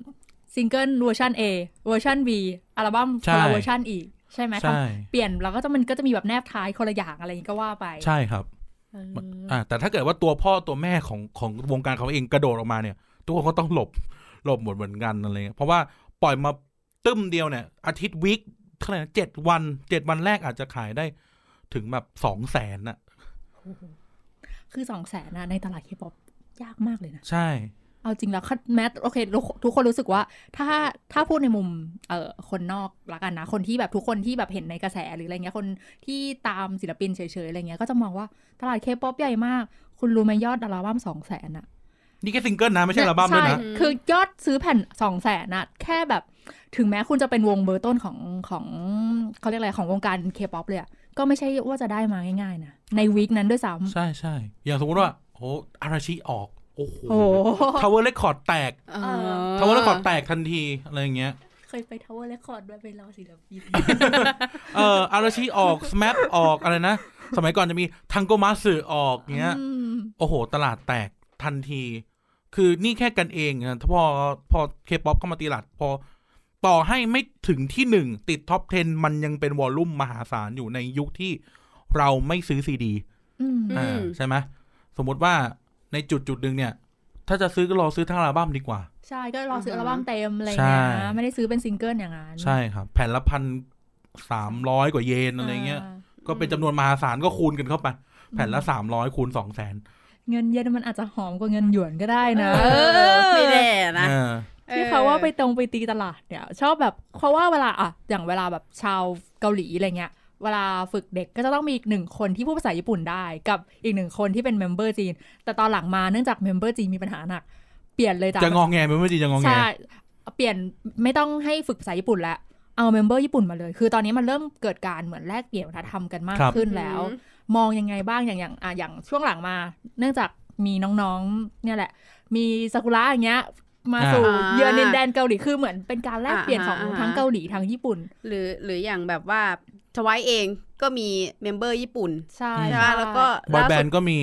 Speaker 2: ซิงเกิลเวอร์ชัน A เวอร์ชัน B อัลบั้ม
Speaker 4: ใช่
Speaker 2: คนละเวอร์ชันอีก ใช่ไหม
Speaker 4: ใช่
Speaker 2: เปลี่ยนเราก็จะมันก็จะมีแบบแนบท้ายคนละอย่างอะไรอย่างนี้ก็ว่าไป
Speaker 4: ใช่ครับ
Speaker 2: เออ
Speaker 4: อ่าแต่ถ้าเกิดว่าตัวพ่อตัวแม่ของของวงการเขาเองกระโดดออกมาเนี่ย ตัวเขาต้องหลบ หลบหมดเหมือนกันอะไรเงี้ยเพราะว่าปล่อยมาตึ้มเดียวเนี่ย อาทิตย์วิคเท่าไหร่นะเจ็ดวันเจ็ดวันแรกอาจจะขายได้ถึงแบบสองแสนน่ะ
Speaker 2: คือสองแสนนะในตลาดเคป๊อปยากมากเลยนะ
Speaker 4: ใช่
Speaker 2: เอาจริงแล้วคัดแมทโอเคทุกทุกคนรู้สึกว่า ถ้าถ้าพูดในมุมเอ่อคนนอกละกันนะ คนที่แบบทุกคนที่แบบเห็นในกระแสหรืออะไรเงี้ยคนที่ตามศิลปินเฉยๆอะไรเงี้ยก็จะมองว่าตลาดเคป๊อปใหญ่มาก คุณรู้ไหมยอดอัลบั้มสองแสนอะ
Speaker 4: นี่แค่ซิงเกิลนะไม่ใช่อัลบั้มด้วยนะ
Speaker 2: ใช่คือยอดซื้อแผ่นสองแสนน่ะ แค่แบบ ถึงแม้คุณจะเป็นวงเบอร์ต้นของของเขาเรียกอะไรของวงการเคป๊อปเลยอะก็ไม่ใช่ว่าจะได้มาง่ายๆนะ ในวีคนั้นด้วยซ้ำ
Speaker 4: ใช่ใช่อย่างสมมติว่าโอ้อาราชิออกโอ้โห
Speaker 2: โอ้โห
Speaker 4: ทาวเวอร์เรคคอร์ดแตก
Speaker 3: เออ
Speaker 4: ทำว่าแล้วก่อนแตกทันที อะไรอย่างเงี้ย
Speaker 2: เคยไปทาวเวอร์เรคคอร์ดด้วยไปรอศิลปิน
Speaker 4: เอ่ออาราชิออก สแมปออกอะไรนะ สมัยก่อนจะมีทังโกมาสึออกเงี้ย
Speaker 2: อืม
Speaker 4: โอ้โห ตลาดแตกทันที คือนี่แค่กันเองนะถ้าพอพอเคป๊อปเข้ามาตีหลัด พอต่อให้ไม่ถึงที่หนึ่งติดท็อป 10 มันยังเป็นวอลลุ่มมหาศาลอยู่ในยุคที่เราไม่ซื้อซีดี
Speaker 2: อืม
Speaker 4: อ่า
Speaker 3: อืม
Speaker 4: ใช่ไหมสมมติว่าในจุดจุดหนึ่งเนี่ย ถ้าจะซื้อก็รอซื้อทั้งอัลบั้มดีกว่า
Speaker 2: ใช่ก็รอซื้อ
Speaker 3: อ่า
Speaker 2: อั
Speaker 3: ฮะ
Speaker 2: ลบั้มเต็มอะไรเงี้ย
Speaker 4: ใช่
Speaker 2: นะไม่ได้ซื้อเป็นซิงเกิลอย่างนั้น
Speaker 4: ใช่ครับ แผ่นละพันสามร้อยกว่าเยนอะไรเงี้ย
Speaker 2: า
Speaker 4: ก็เป็นจำนวนมหาศาลก็คูณกันเข้าไป แผ่นละสามร้อยคูณสองแสน
Speaker 2: เงินเย็นมันอาจจะหอมกว่าเงินหยวนก็ได้นะ
Speaker 3: เออไม่แน่นะ
Speaker 2: ที่เขาว่าไปตรงไปตีตลาดเนี่ย ชอบแบบเพราะว่าเวลาอะอย่างเวลาแบบชาวเกาหลีอะไรเงี้ย เวลาฝึกเด็กก็จะต้องมีอีกหนึ่งคนที่พูดภาษาญี่ปุ่นได้ กับอีกหนึ่งคนที่เป็นเมมเบอร์จีน แต่ตอนหลังมาเนื่องจากเมมเบอร์จีนมีปัญหาหนัก เปลี่ยนเลยจาก
Speaker 4: จะงองแงไหมไม่จริงจะงองแง
Speaker 2: ใช่เปลี่ยนไม่ต้องให้ฝึกภาษาญี่ปุ่นแล้วเอาเมมเบอร์ญี่ปุ่นมาเลย คือตอนนี้มันเริ่มเกิดการเหมือนแลกเปลี่ยนวัฒนธรรมกันมาก
Speaker 4: ครับ
Speaker 2: ขึ้นแล้ว มองยังไงบ้างอย่างอย่างอ่ะอย่างช่วงหลังมา เนื่องจากมีน้องๆ เนี่ยแหละ มีซากุระอย่างเงี้ย มา
Speaker 4: อ่า
Speaker 2: สู่เยือนดินแดนเกาหลีคือเหมือนเป็นการแลกเปลี่ยนของ
Speaker 3: อ่าฮะ
Speaker 2: ทั้งเกาหลีทั้งญี่ปุ่น
Speaker 3: หรือหรืออย่างแบบว่าทวายเองก็มีเมมเบอร์ญี่ปุ่น
Speaker 2: ใช่
Speaker 4: อืม
Speaker 3: ใช่ปะแล้วก็
Speaker 4: บอย
Speaker 3: ล่า
Speaker 4: แบน
Speaker 3: สุด
Speaker 4: ด์ก็มี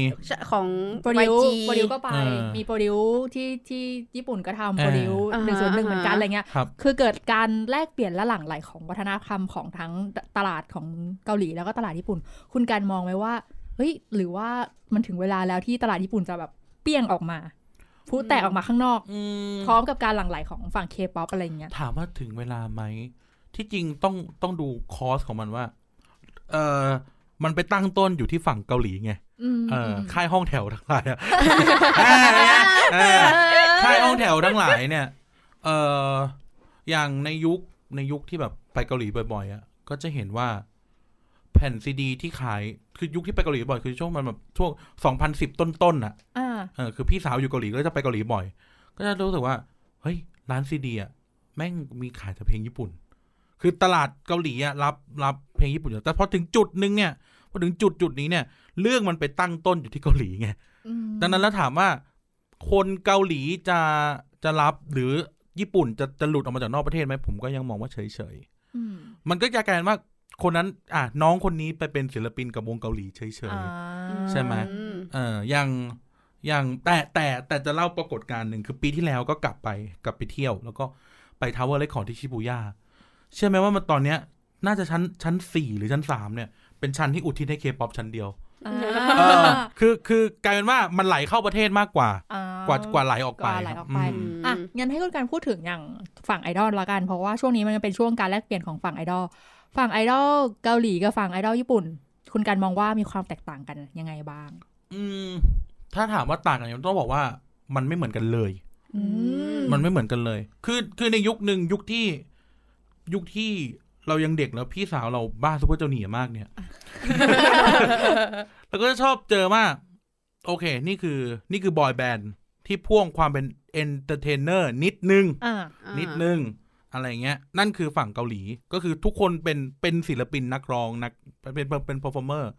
Speaker 3: ของ
Speaker 2: โปรดิว
Speaker 3: จี
Speaker 2: โปรดิวก็ไป
Speaker 4: เออ
Speaker 2: มีโปรดิวที่ที่ญี่ปุ่นก็ทำ
Speaker 4: เออ
Speaker 2: โปรดิว
Speaker 3: อ่า
Speaker 2: หนึ่ง
Speaker 3: ฮะ
Speaker 2: ศูนย์หนึ่งเหมือนกัน
Speaker 3: อ่าฮะ
Speaker 2: อะไรเงี้ย
Speaker 4: ครับ
Speaker 2: คือเกิดการแลกเปลี่ยนและหลั่งไหลของวัฒนธรรมของทั้งตลาดของเกาหลีแล้วก็ตลาดญี่ปุ่น คุณการมองไหมว่า เฮ้ย หรือว่ามันถึงเวลาแล้วที่ตลาดญี่ปุ่นจะแบบเปี้ยงออกมาพูดแตกออกมาข้างนอก พร้อมกับการหลั่งไหลของฝั่งเคป๊อปอะไรอย่างเงี้ย
Speaker 4: ถามว่าถึงเวลาไหม ที่จริงต้องต้องดูคอสของมันว่า เออมันไปตั้งต้นอยู่ที่ฝั่งเกาหลีไง
Speaker 2: อืม
Speaker 4: เออ
Speaker 2: ม
Speaker 4: ค่ายห้องแถวทั้งหลาย อะเออค่ายห้องแถวทั้งหลายเนี่ย เอออย่างในยุคในยุคที่แบบไปเกาหลีบ่อยๆอ่ะ ก็จะเห็นว่าแผ่นซีดี ที่ขาย คือยุคที่ไปเกาหลีบ่อยคือช่วงมันแบบช่วงสองพันสิบต้นๆน่ะ
Speaker 2: อ่า
Speaker 4: เออคือพี่สาวอยู่เกาหลีก็จะไปเกาหลีบ่อย ก็จะรู้สึกว่า เฮ้ย ร้านซีดีอ่ะ แม่งมีขายแต่เพลงญี่ปุ่น คือตลาดเกาหลีอ่ะรับรับเพลงญี่ปุ่นอยู่แต่พอถึงจุดนึงเนี่ยพอถึงจุดจุดนี้เนี่ย เรื่องมันไปตั้งต้นอยู่ที่เกาหลีไง
Speaker 2: อืม
Speaker 4: ดังนั้นแล้วถามว่า คนเกาหลีจะจะรับหรือญี่ปุ่นจะจะหลุดออกมาจากนอกประเทศไหมผมก็ยังมองว่าเฉยเฉย
Speaker 2: อืม
Speaker 4: ๆมันก็จะกลายเป็นว่าคนนั้นอ่ะน้องคนนี้ไปเป็นศิลปินกับวงเกาหลีเฉยเฉย
Speaker 2: อ่า
Speaker 4: ใช่ไหม
Speaker 3: อืม
Speaker 4: เอออย่างอย่างแต่แต่แต่จะเล่าปรากฏการณ์หนึ่งคือปีที่แล้วก็กลับไปกลับไปเที่ยว แล้วก็ไปทาวเวอร์เลคคอร์ดที่ชิบูย่าเชื่อไหมว่ามันตอนเนี้ย น่าจะชั้นชั้นสี่หรือชั้นสามเนี่ย เป็นชั้นที่อุทิศให้เคป๊อปชั้นเดียว
Speaker 2: อ่า
Speaker 4: เออคือคือกลายเป็นว่ามันไหลเข้าประเทศมากกว่า
Speaker 2: อ่
Speaker 4: กว่ากว่าไหลออก
Speaker 2: ก
Speaker 4: ไป
Speaker 2: ว่าไหลออกไป
Speaker 4: ครับม
Speaker 2: อ่ะงั้นให้คุณการพูดถึงอย่างฝั่งไอดอลละกัน เพราะว่าช่วงนี้มันเป็นช่วงการแลกเปลี่ยนของฝั่งไอดอลฝั่งไอดอลเกาหลีกับฝั่งไอดอลญี่ปุ่น คุณการมองว่ามีความแตกต่างกันยังไงบ้าง
Speaker 4: อืม ถ้าถามว่าต่างกันไหมต้องบอกว่ามันไม่เหมือนกันเลย
Speaker 2: อืม
Speaker 4: มันไม่เหมือนกันเลย คือคือในยุคหนึ่งยุคที่ยุคที่เรายังเด็กแล้วพี่สาวเราบ้าซูเปอร์เจ้าหนียร์มาก เนี่ย แล้วก็จะชอบเจอมาก โอเค นี่คือนี่คือบอยแบนด์ที่พ่วงความเป็นเอนเตอร์เทนเนอร์นิดนึง
Speaker 2: อ่า
Speaker 3: อ่า
Speaker 4: นิดนึง อะไรเงี้ย นั่นคือฝั่งเกาหลีก็คือทุกคนเป็นเป็นศิลปินนักร้องนักเป็นเป็นเป็นเพอร์ฟอร์เมอร์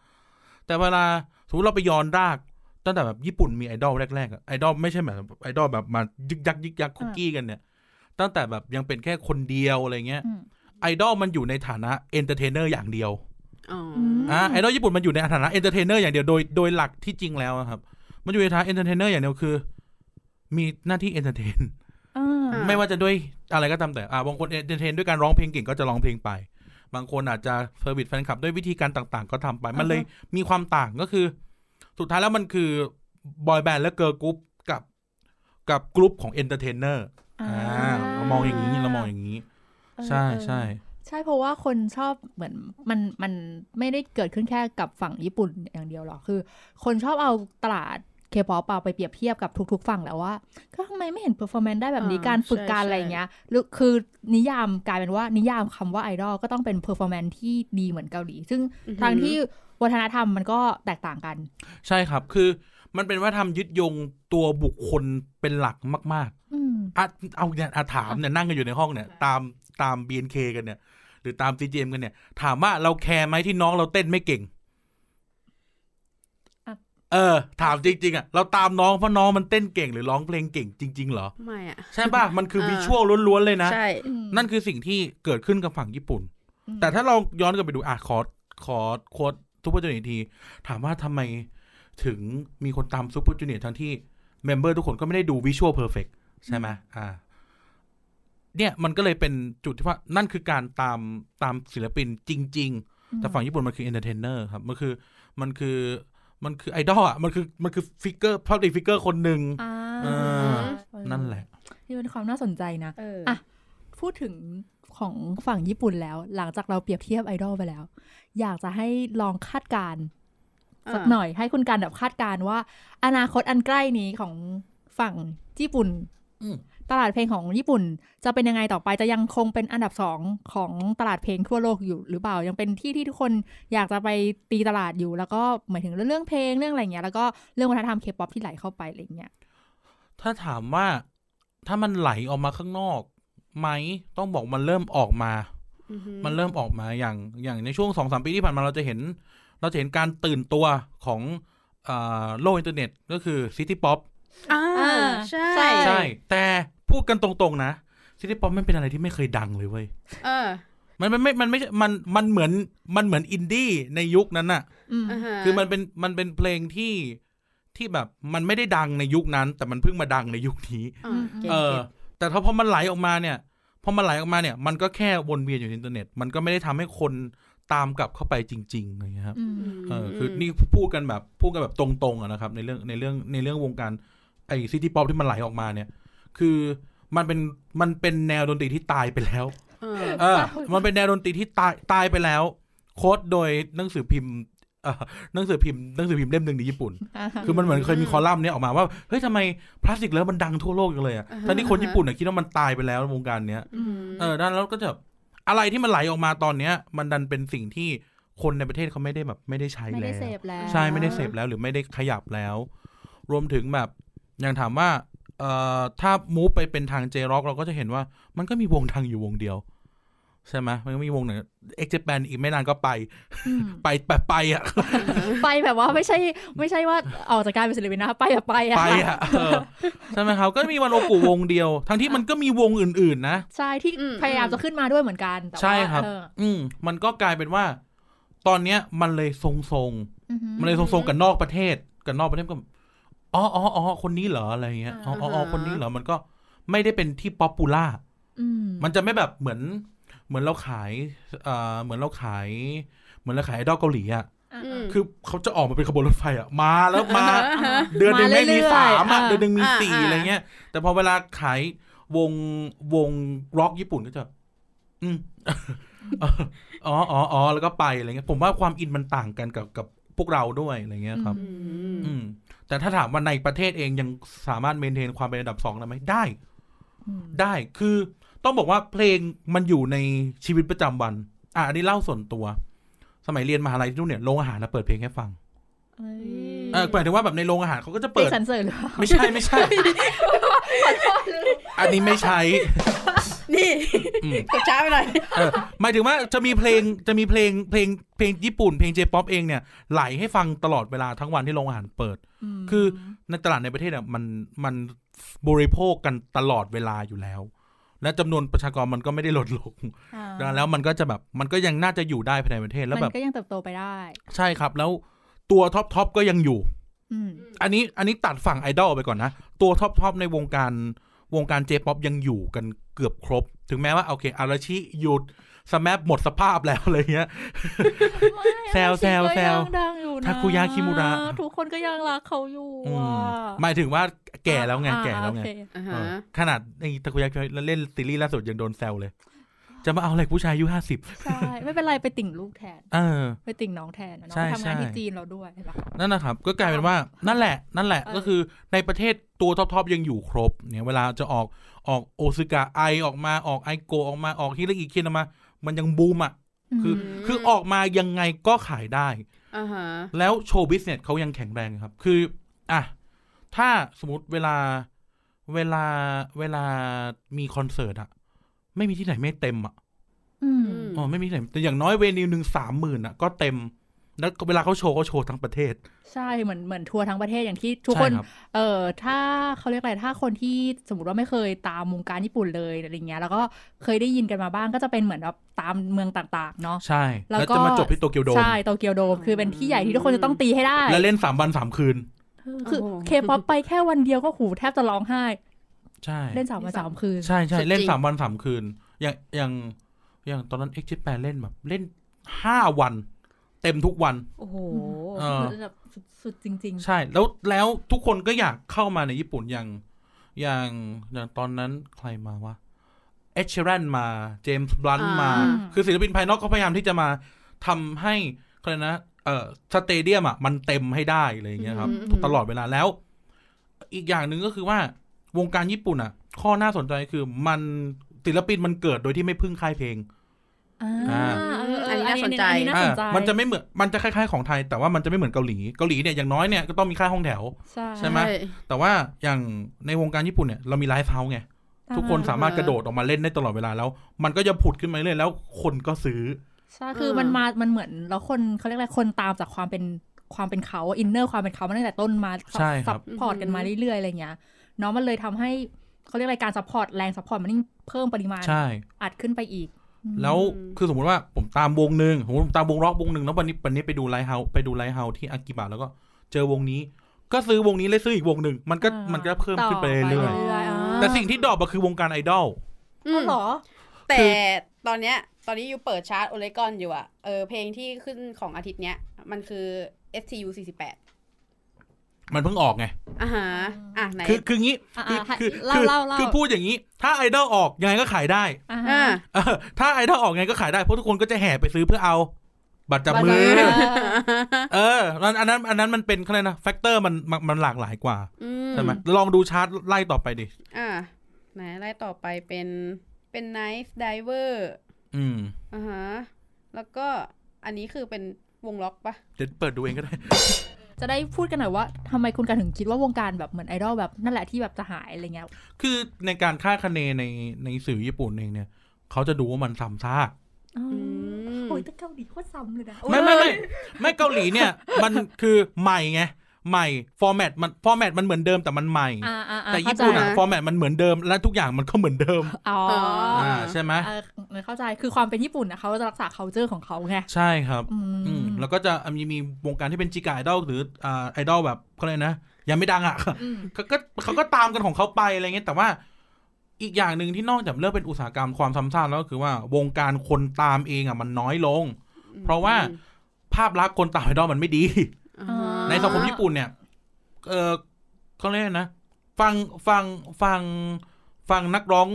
Speaker 4: แต่เวลาสมมติเราไปย้อนราก ตั้งแต่แบบญี่ปุ่นมีไอดอลแรกๆอะไอดอลไม่ใช่แบบไอดอลแบบมายึกยักยึกยักคุกกี้กันเนี่ย ตั้งแต่แบบยังเป็นแค่คนเดียวอะไรเงี้ย
Speaker 2: อืม
Speaker 4: ไอดอลมันอยู่ในฐานะเอนเตอร์เทนเนอร์อย่างเดียว
Speaker 3: อ๋อ
Speaker 2: ม
Speaker 4: อ่ะไอดอลญี่ปุ่นมันอยู่ในฐานะเอนเตอร์เทนเนอร์อย่างเดียวโดยโดยหลักที่จริงแล้วอะครับ มันอยู่ในฐานะเอนเตอร์เทนเนอร์อย่างเดียวคือ มีหน้าที่เอนเตอร์เทน
Speaker 2: อ่า
Speaker 3: อ่
Speaker 4: ไม่ว่าจะด้วยอะไรก็ตามแต่อ่าบางคนเอนเตอร์เทนด้วยการร้องเพลงเก่งก็จะร้องเพลงไป บางคนอาจจะเซอร์วิสแฟนคลับด้วยวิธีการต่างๆ ก็ทำไป มันเลยมีความต่างก็คือ สุดท้ายแล้วมันคือบอยแบนด์และเกิร์ลกรุ๊ปกับกับกรุ๊ปของเอนเตอร์เทนเนอร์
Speaker 2: อ่า
Speaker 4: อ่าเรามองอย่างนี้เรามองอย่างนี้
Speaker 2: เออ
Speaker 4: ใช่
Speaker 2: เออ
Speaker 4: ใช่
Speaker 2: ใช่เพราะว่าคนชอบเหมือนมันมันไม่ได้เกิดขึ้นแค่กับฝั่งญี่ปุ่นอย่างเดียวหรอกคือ คนชอบเอาตลาดเคป๊อปไปเปรียบเทียบกับทุก ๆ ฝั่งแล้วว่า ก็ทำไมไม่เห็นเพอร์ฟอร์แมนซ์ได้แบบนี้การฝึกการอะไรอย่างเงี้ยหรือคือนิยามกลายเป็นว่านิยามคำว่าไอดอลก็ต้องเป็นเพอร์ฟอร์แมนซ์ที่ดีเหมือนเกาหลี ซึ่ง
Speaker 3: อือหือ
Speaker 2: ทางที่วัฒนธรรมมันก็แตกต่างกัน
Speaker 4: ใช่ครับ คือมันเป็นว่าทำยึดโยงตัวบุคคลเป็นหลักมาก ๆ
Speaker 2: อืม
Speaker 4: อะเอาเนี่ยอะถามเนี่ยนั่งกันอยู่ในห้องเนี่ย ตามตาม BNK กันเนี่ย หรือตาม CGM กันเนี่ย ถามว่าเราแคร์ไหมที่น้องเราเต้นไม่เก่ง
Speaker 2: อ่ะ
Speaker 4: เออ ถามจริง ๆอ่ะเราตามน้องเพราะน้องมันเต้นเก่งหรือร้องเพลงเก่งจริง ๆ เหรอ
Speaker 3: ไม่อ่ะ
Speaker 4: ใช่ป่ะ มันคือ
Speaker 3: เออ
Speaker 4: วิชวลล้วนๆเลยนะ
Speaker 3: ใช่
Speaker 2: อืม
Speaker 4: นั่นคือสิ่งที่เกิดขึ้นกับฝั่งญี่ปุ่น
Speaker 2: อืม
Speaker 4: แต่ถ้าเราย้อนกลับไปดูอ่ะขอขอโค้ดซูเปอร์จูเนียร์ที ถามว่าทำไมถึงมีคนตามซูเปอร์จูเนียร์ทั้งที่เมมเบอร์ทุกคนก็ไม่ได้ดูวิชวลเพอร์เฟกใช่ไหมอ่า เนี่ยมันก็เลยเป็นจุดที่ว่านั่นคือการตามตามศิลปินจริง ๆ แต่ฝั่งญี่ปุ่นมันคือเอนเตอร์เทนเนอร์ครับ มันคือมันคือมันคือไอดอลอ่ะ มันคือมันคือฟิกเกอร์พับลิกฟิกเกอร์คนหนึ่ง
Speaker 2: อ่า
Speaker 4: เออ นั่นแหละ
Speaker 2: นี่เป็นความน่าสนใจนะ
Speaker 3: เออ
Speaker 2: อ่ะ พูดถึงของฝั่งญี่ปุ่นแล้ว หลังจากเราเปรียบเทียบไอดอลไปแล้ว อยากจะให้ลองคาดการณ์สักหน่อยให้คุณการแบบคาดการณ์ว่า อนาคตอันใกล้นี้ของฝั่งญี่ปุ่น
Speaker 4: อืม
Speaker 2: ตลาดเพลงของญี่ปุ่น จะเป็นยังไงต่อไปจะยังคงเป็นอันดับสองของตลาดเพลงทั่วโลกอยู่หรือเปล่ายังเป็นที่ที่ทุกคนอยากจะไปตีตลาดอยู่ แล้วก็หมายถึงเรื่องเพลงเรื่องอะไรอย่างเงี้ยแล้วก็เรื่องวัฒนธรรมเคป๊อปที่ไหลเข้าไปอะไรอย่างเงี้ย
Speaker 4: ถ้าถามว่าถ้ามันไหลออกมาข้างนอกไหมต้องบอกมันเริ่มออกมา
Speaker 3: อือหือ
Speaker 4: มันเริ่มออกมาอย่างอย่างในช่วงสองสามปีที่ผ่านมาเราจะเห็น เราจะเห็นการตื่นตัวของเอ่อโลกอินเทอร์เน็ตก็คือซิตี้ป๊อป
Speaker 3: อ่าใช่
Speaker 4: ใช่ แต่พูดกันตรงๆนะซิตี้ป๊อปมันเป็นอะไรที่ไม่เคยดังเลยเว้ย
Speaker 3: เออ
Speaker 4: มันมันไม่มันไม่มันมันเหมือนมันเหมือนอินดี้ในยุคนั้นน่ะ
Speaker 2: อืม
Speaker 3: อ่าฮะ
Speaker 4: คือมันเป็นมันเป็นเพลงที่ที่แบบมันไม่ได้ดังในยุคนั้น แต่มันเพิ่งมาดังในยุคนี้
Speaker 3: อ่าก็ต
Speaker 4: เออ แต่ถ้าพอมันไหลออกมาเนี่ย พอมันไหลออกมาเนี่ย มันก็แค่วนเวียนอยู่ในอินเทอร์เน็ต มันก็ไม่ได้ทำให้คนตามกลับเข้าไปจริงๆอะไรอย่างเงี้ยครับ
Speaker 3: อืม
Speaker 4: เออ คือนี่พูดกันแบบพูดกันแบบตรงๆอะนะครับ ในเรื่องในเรื่องในเรื่องวงการไอซิตี้ป๊อปที่มันไหลออกมาเนี่ย คือมันเป็นมันเป็นแนวดนตรีที่ตายไปแล้ว
Speaker 3: เออ
Speaker 4: เออ มันเป็นแนวดนตรีที่ตายตายไปแล้ว โค้ดโดยหนังสือพิมพ์เอ่อหนังสือพิมพ์หนังสือพิมพ์เล่มหนึ่งในญี่ ปุ่น คือมันเหมือนเคยมีคอลัมน์เนี้ยออกมาว่า เฮ้ยทำไมพลาสติกเลิฟมันดังทั่วโลกจั งเลยอ่ะทั้งที่คนญี่ปุ่นน่ะคิดว่ามันตายไปแล้ววงการเนี้ย
Speaker 3: อืม
Speaker 4: เออด้านแล้วก็จะแบบอะไรที่มันไหลออกมาตอนเนี้ย มันดันเป็นสิ่งที่คนในประเทศเขาไม่ได้แบบไม่ได้ใช้
Speaker 2: ไม่
Speaker 4: แล้
Speaker 2: ได้
Speaker 4: ว
Speaker 2: เสพแล้ว
Speaker 4: ใช่ไม่ได้เสพแล้วหรือไม่ได้ขยับแล้ว รวมถึงแบบอย่างถามว่าเอ่อถ้ามูฟไปเป็นทางเจร็อกเราก็จะเห็นว่ามันก็มีวงทางอยู่วงเดียว ใช่ไหมมันก็มีวงหนึ่งเอ็กเจแปนอีกไม่นานก็ไป
Speaker 2: อืม
Speaker 4: ไปแบบไปอ่ะ
Speaker 2: ไปแบบว่าไม่ใช่ไม่ใช่ว่าออกจากการเป็นศิลปินนะคะไปแบบไปอะ
Speaker 4: ไปอ่ะเออใช่ไหมครับ ก็มีวันโอกุวงเดียว ทั้งที่มันก็มีวงอื่นๆนะ
Speaker 2: ใช่ที่พยายามจะขึ้นมาด้วยเหมือนกันแต่ว่า
Speaker 4: ใช่ครับ
Speaker 2: เออ
Speaker 4: อืมมันก็กลายเป็นว่า ตอนเนี้ยมันเลยทรง
Speaker 2: อือหือ
Speaker 4: ๆมันเลยทรงๆกับนอกประเทศกับนอกประเทศก็อ๋ออ๋ออ๋อคนนี้เหรออะไรเงี้ยอ๋ออ๋ออ๋อคนนี้เหรอมันก็ไม่ได้เป็นที่ป๊อปปูล่า
Speaker 2: อื
Speaker 4: มันจะไม่แบบเหมือนเหมือนเราขายเอ่อเหมือนเราขาย เหมือนเราขายไอดอลเกาหลีอ่ะ
Speaker 2: อ่ะ
Speaker 3: อืม
Speaker 4: คือเขาจะออกมาเป็นขบวนรถไฟอ่ะมาแล้ว มา เดือนหนึ่ง
Speaker 2: มา
Speaker 4: ไม่มี
Speaker 2: เรื่อยๆ
Speaker 4: สามอ่ะ
Speaker 2: อ่า
Speaker 4: เดือนหนึ่งมี
Speaker 3: อ่า
Speaker 4: สี่
Speaker 3: อ่า
Speaker 4: อะไรเงี้ย แต่พอเวลาขายวงวงร็อกญี่ปุ่นก็จะ อื ม อ๋ออ๋ออ๋อแล้วก็ไปอะไรเงี้ย ผมว่าความอินมันต่างกันกับกับ พวกเราด้วยอะไรเงี้ยครับ
Speaker 2: อื
Speaker 3: ม
Speaker 4: อืม แต่ถ้าถามว่าในประเทศเองยังสามารถเมนเทนความเป็นอันดับสองได้ไหมได้
Speaker 2: อืม
Speaker 4: ได้คือต้องบอกว่าเพลงมันอยู่ในชีวิตประจำวัน อ่ะอันนี้เล่าส่วนตัว สมัยเรียนมหาลัยที่นู่นเนี่ยโรงอาหารนะเปิดเพลงให้ฟัง
Speaker 2: เอ้ย
Speaker 4: เออหมายถึงว่าแบบในโรงอาหารเขาก็จะ
Speaker 2: เปิ
Speaker 4: เปิ
Speaker 2: ด
Speaker 4: ด
Speaker 2: สรรเสริญหรือเปล่า
Speaker 4: ไม่ใช่ไม่ใช่ อันนี้ไม่ใช่
Speaker 3: นี่
Speaker 4: อืม
Speaker 3: กดช้าไปหน่อย
Speaker 4: เออหมายถึงว่าจะมีเพลงจะมีเพลงเพลงเพลงญี่ปุ่นเพลงเจป๊อปเองเนี่ยไหลให้ฟังตลอดเวลาทั้งวันที่โรงอาหารเปิด
Speaker 2: ม
Speaker 4: คือ ในตลาดในประเทศเนี่ยมันมันบริโภคกันตลอดเวลาอยู่แล้ว และจำนวนประชากรมันก็ไม่ได้ลดลง
Speaker 2: อ่า
Speaker 4: แล้วมันก็จะแบบมันก็ยังน่าจะอยู่ได้ภายในประเทศแล้วแบ
Speaker 2: มั
Speaker 4: บ
Speaker 2: นก็ยังเติบโตไปได้
Speaker 4: ใช่ครับ แล้วตัวท็อปทอปก็ยังอยู่
Speaker 2: อืม
Speaker 4: อันนี้อันนี้ตัดฝั่งไอดอลไปก่อนนะ ตัวท็อปทอปในวงการวงการเจป๊อปยังอยู่กันเกือบครบ ถึงแม้ว่า โอเค อาราชิหยุดสแมปหมดสภาพแล้วอะไรเงี้ย แซวแซวแซว
Speaker 2: ก็ยังดังอยู่นะ
Speaker 4: ทาคุยะคิมุระ
Speaker 2: ทุกคนก็ยังรักเขาอยู่
Speaker 4: อื
Speaker 2: อ่ะ
Speaker 4: มหมายถึงว่าแก่แล้วไงแก่แล้วไง
Speaker 2: อ่าโอเค
Speaker 3: อ่า
Speaker 4: เอ
Speaker 3: ฮะ
Speaker 4: อขนาดไอ้ตะคุยะเล่นซีรีส์ล่าสุดยังโดนแซวเลย จะมาเอาอะไรผู้ชายอายุห้าสิบ
Speaker 2: ใช่ไม่เป็นไรไปติ่งลูกแทน
Speaker 4: เออ
Speaker 2: ไปติ่งน้องแทนอะเนาะ
Speaker 4: ใช่
Speaker 2: ไปทำงาน
Speaker 4: ใช่
Speaker 2: ที่จีนเราด้วยเห็นปะ
Speaker 4: นั่นนะครับ ก็กลายเป็นว่านั่นแหละ นั่นแหละ
Speaker 2: เออ
Speaker 4: ก็คือในประเทศตัวท็อปๆยังอยู่ครบ เนี่ย เวลาจะออกออกโอซึกะไอออกมาออกไอโกออกมาออกฮิรกิเคนออกมา มันยังบูมอ่ะ คือ
Speaker 3: ม
Speaker 4: คือออกมายังไงก็ขายได้
Speaker 3: อ่าฮะ
Speaker 4: แล้วโชว์บิสเนสเขายังแข็งแรงครับ คือ อ่ะ ถ้าสมมติเวลาเวลาเวลามีคอนเสิร์ตอะไม่มีที่ไหนไม่เต็มอะ
Speaker 2: อืม
Speaker 3: ม
Speaker 4: อ๋อไม่มีที่ไหนแต่อย่างน้อยเวนิวหนึ่งสามหมื่นอะก็เต็ม แล้วเวลาเขาโชว์เขาโชว์ทั้งประเทศ
Speaker 2: ใช่เหมือนเหมือนทัวร์ทั้งประเทศอย่างที่ทุกคน
Speaker 4: ใช่รับ
Speaker 2: เอ่อถ้าเขาเรียกอะไรถ้าคนที่สมมติว่าไม่เคยตามวงการญี่ปุ่นเลยอะไรเงี้ยแล้วก็เคยได้ยินกันมาบ้างก็จะเป็นเหมือนแบบตามเมืองต่างๆ เนาะ
Speaker 4: ใช่
Speaker 2: แล้
Speaker 4: แล้ว ว
Speaker 2: ก็
Speaker 4: จะมาจบที่โตเกียวโดม
Speaker 2: ใช่โตเกียวโดมคือเป็นที่ใหญ่ที่ทุกคนจะต้องตีให้ได้
Speaker 4: แล้วเล่นสามวันสามคืน
Speaker 2: คือเคป๊อปไปแค่วันเดียวก็หูแทบจะร้องไห้
Speaker 4: ใช่
Speaker 2: เล่นสามวันสามคืน
Speaker 4: ใช่ใช่เล่นสามวันสามคืน อย่างอย่างอย่างตอนนั้นเอ็กซ์แปเล่นแบบ เล่นห้าวัน เต็มทุกวัน
Speaker 3: โอ้โห
Speaker 4: เออ
Speaker 2: แบบสุดๆจริง
Speaker 4: ใช่แล้วแล้วทุกคนก็อยากเข้ามาในญี่ปุ่นอย่างอย่างอย่างตอนนั้นใครมาวะเอชเชรันมาเจมส์บลัน
Speaker 3: อ่าม
Speaker 4: มา คือศิลปินภายนอกก็พยายามที่จะมาทำให้เขาเรียกนะเออสเตเดียมอ่ะมันเต็มให้ได้อะไรอย่างเงี้ยครับ
Speaker 3: อืมอืม
Speaker 4: ตลอดเวลาแล้ว อีกอย่างหนึ่งก็คือว่าวงการญี่ปุ่นอ่ะ ข้อน่าสนใจคือมันศิลปินมันเกิดโดยที่ไม่พึ่งค่ายเพลง
Speaker 2: ๆอ่า
Speaker 4: อ่า
Speaker 2: เเ
Speaker 3: นนี้น่าสนใจ
Speaker 2: อัน่าสนใจ
Speaker 4: อ่ามันจะไม่เหมือนมันจะคล้ายๆของไทย แต่ว่ามันจะไม่เหมือนเกาหลีเกาหลีเนี่ยอย่างน้อยเนี่ยก็ต้องมีค่ายห้องแถว
Speaker 2: ใช่
Speaker 4: ใช่ไหม แต่ว่าอย่างในวงการญี่ปุ่นเนี่ยเรามีไลฟ์เฮาส์ไง ทุกคนสามารถกระโดดออกมาเล่นได้ตลอดเวลาแล้ว มันก็จะผุดขึ้นมาเรื่อยๆแล้วคนก็ซื้อ
Speaker 2: ใช่คือมันมามันเหมือนแล้วคนเขาเรียกอะไรคนตามจากความเป็นความเป็นเขาอินเนอร์ความเป็นเขามาตั้งแต่ต้นมา
Speaker 4: ใช่ครับ
Speaker 2: ซัพพอร์ตกันมาเรื่อยๆอะไรอย่างเงี้ยเนาะมันเลยทำให้เขาเรียกอะไรการซัพพอร์ตแรงซัพพอร์ตมันยิ่งเพิ่มปริมาณ
Speaker 4: ใช่
Speaker 2: อัดขึ้นไปอีกอืม
Speaker 4: แล้วคือสมมติว่าผมตามวงหนึ่งผมผมตามวงร็อกวงหนึ่งแล้ววันนี้วันนี้ไปดูไลฟ์เฮาส์ไปดูไลฟ์เฮาส์ที่อากิบะแล้วก็เจอวงนี้ ก็ซื้อวงนี้เลยซื้ออีกวงหนึ่งมันก็
Speaker 2: อ่า
Speaker 4: มันก็เพิ่มขึ้นไปเรื่อ
Speaker 2: ต
Speaker 4: ย
Speaker 2: ่ๆา
Speaker 4: ๆแต่สิ่งที่ดรอปก็คือวงการไอดอล
Speaker 3: อื
Speaker 2: เอา
Speaker 3: ม
Speaker 2: เหรอ
Speaker 3: แต่
Speaker 4: คือ
Speaker 3: ตอนเนี้ย ตอนนี้อยู่เปิดชาร์ตโอเลกอนอยู่อะเออเพลงที่ขึ้นของอาทิตย์เนี้ย มันคือ STU 48
Speaker 4: มันเพิ่งออกไง
Speaker 3: อ่าฮะอ่ะไหน
Speaker 4: คือคืองี้
Speaker 2: อ่า
Speaker 4: คือ
Speaker 2: อ่า
Speaker 4: คือ
Speaker 2: เล่า
Speaker 4: คือ
Speaker 2: เล่าเล่า
Speaker 4: คือพูดอย่างนี้ ถ้าไอดอลออกยังไงก็ขายได้
Speaker 2: อ่า
Speaker 3: อ่า
Speaker 4: เออถ้าไอดอลออกไงก็ขายได้ เพราะทุกคนก็จะแห่ไปซื้อเพื่อเอา บัตรจับมือ
Speaker 2: าจับ
Speaker 4: เอออันอันนั้นอันนั้นมันเป็นเขาเรียกนะแฟกเตอร์มันมันมันหลากหลายกว่า
Speaker 3: อืม
Speaker 4: ใช่ไหมลองดูชาร์ตไล่ต่อไปดิ
Speaker 3: อ่าไหนไล่ต่อไปเป็นเป็น Knife Diver
Speaker 4: อืม
Speaker 3: อ่าฮะแล้วก็อันนี้คือเป็นวงล็อกปะ
Speaker 4: เดี๋ยวเปิดดูเองก็ได้
Speaker 2: จะได้พูดกันหน่อยว่าทำไมคุณกันถึงคิดว่าวงการแบบเหมือนไอดอลแบบนั่นแหละที่แบบจะหายอะไรเงี้ย
Speaker 4: คือในการคาดคะเนในในสื่อญี่ปุ่นเองเนี่ย เขาจะดูว่ามันซ้ำซาก
Speaker 3: อืม
Speaker 2: โอ้ยแต่เกาหลีโคตรซ้ำเลยนะ
Speaker 4: ไม่ไม่ไม่ไม่เกาหลีเนี่ย มันคือใหม่ไง ใหม่ฟอร์แมตมันฟอร์แมตมันเหมือนเดิมแต่มันใหม่
Speaker 2: อ่าอ่าอ่า
Speaker 4: แต่
Speaker 2: เข้า
Speaker 4: ญี่
Speaker 2: ใจ
Speaker 4: ปุ่นอะ
Speaker 3: เข้าใจ
Speaker 4: ฟอร์แมตมันเหมือนเดิมและทุกอย่างมันก็เหมือนเดิม
Speaker 2: อ๋อ
Speaker 4: อ่าใช่ไหม
Speaker 2: เออเข้าใจคือความเป็นญี่ปุ่นนะเขาจะรักษา culture ของเขาไง
Speaker 4: ใช่ครับ
Speaker 2: อืม
Speaker 4: อืมแล้วก็จะมีมีวงการที่เป็นจิกาไอดอลหรืออ่าไอดอลแบบเขาเลยกนะยังไม่ดังอ่ะ
Speaker 2: อืม
Speaker 4: เขาก็เขาก็ตามกันของเขาไปอะไรเงี้ยแต่ว่าอีกอย่างหนึ่งที่นอกจากเริ่มเป็นอุตสาหกรรมความซ้ำซากแล้วก็คือว่าวงการคนตามเองอ่ะมันน้อยลง เพราะว่า ภาพลักษณ์คนตามไอดอลมันไม่ดี
Speaker 3: อืมอ่าฮะ
Speaker 4: ในสังคมญี่ปุ่นเนี่ย เออเขาเรียกนะ ฟังฟังฟังฟังนักร้อง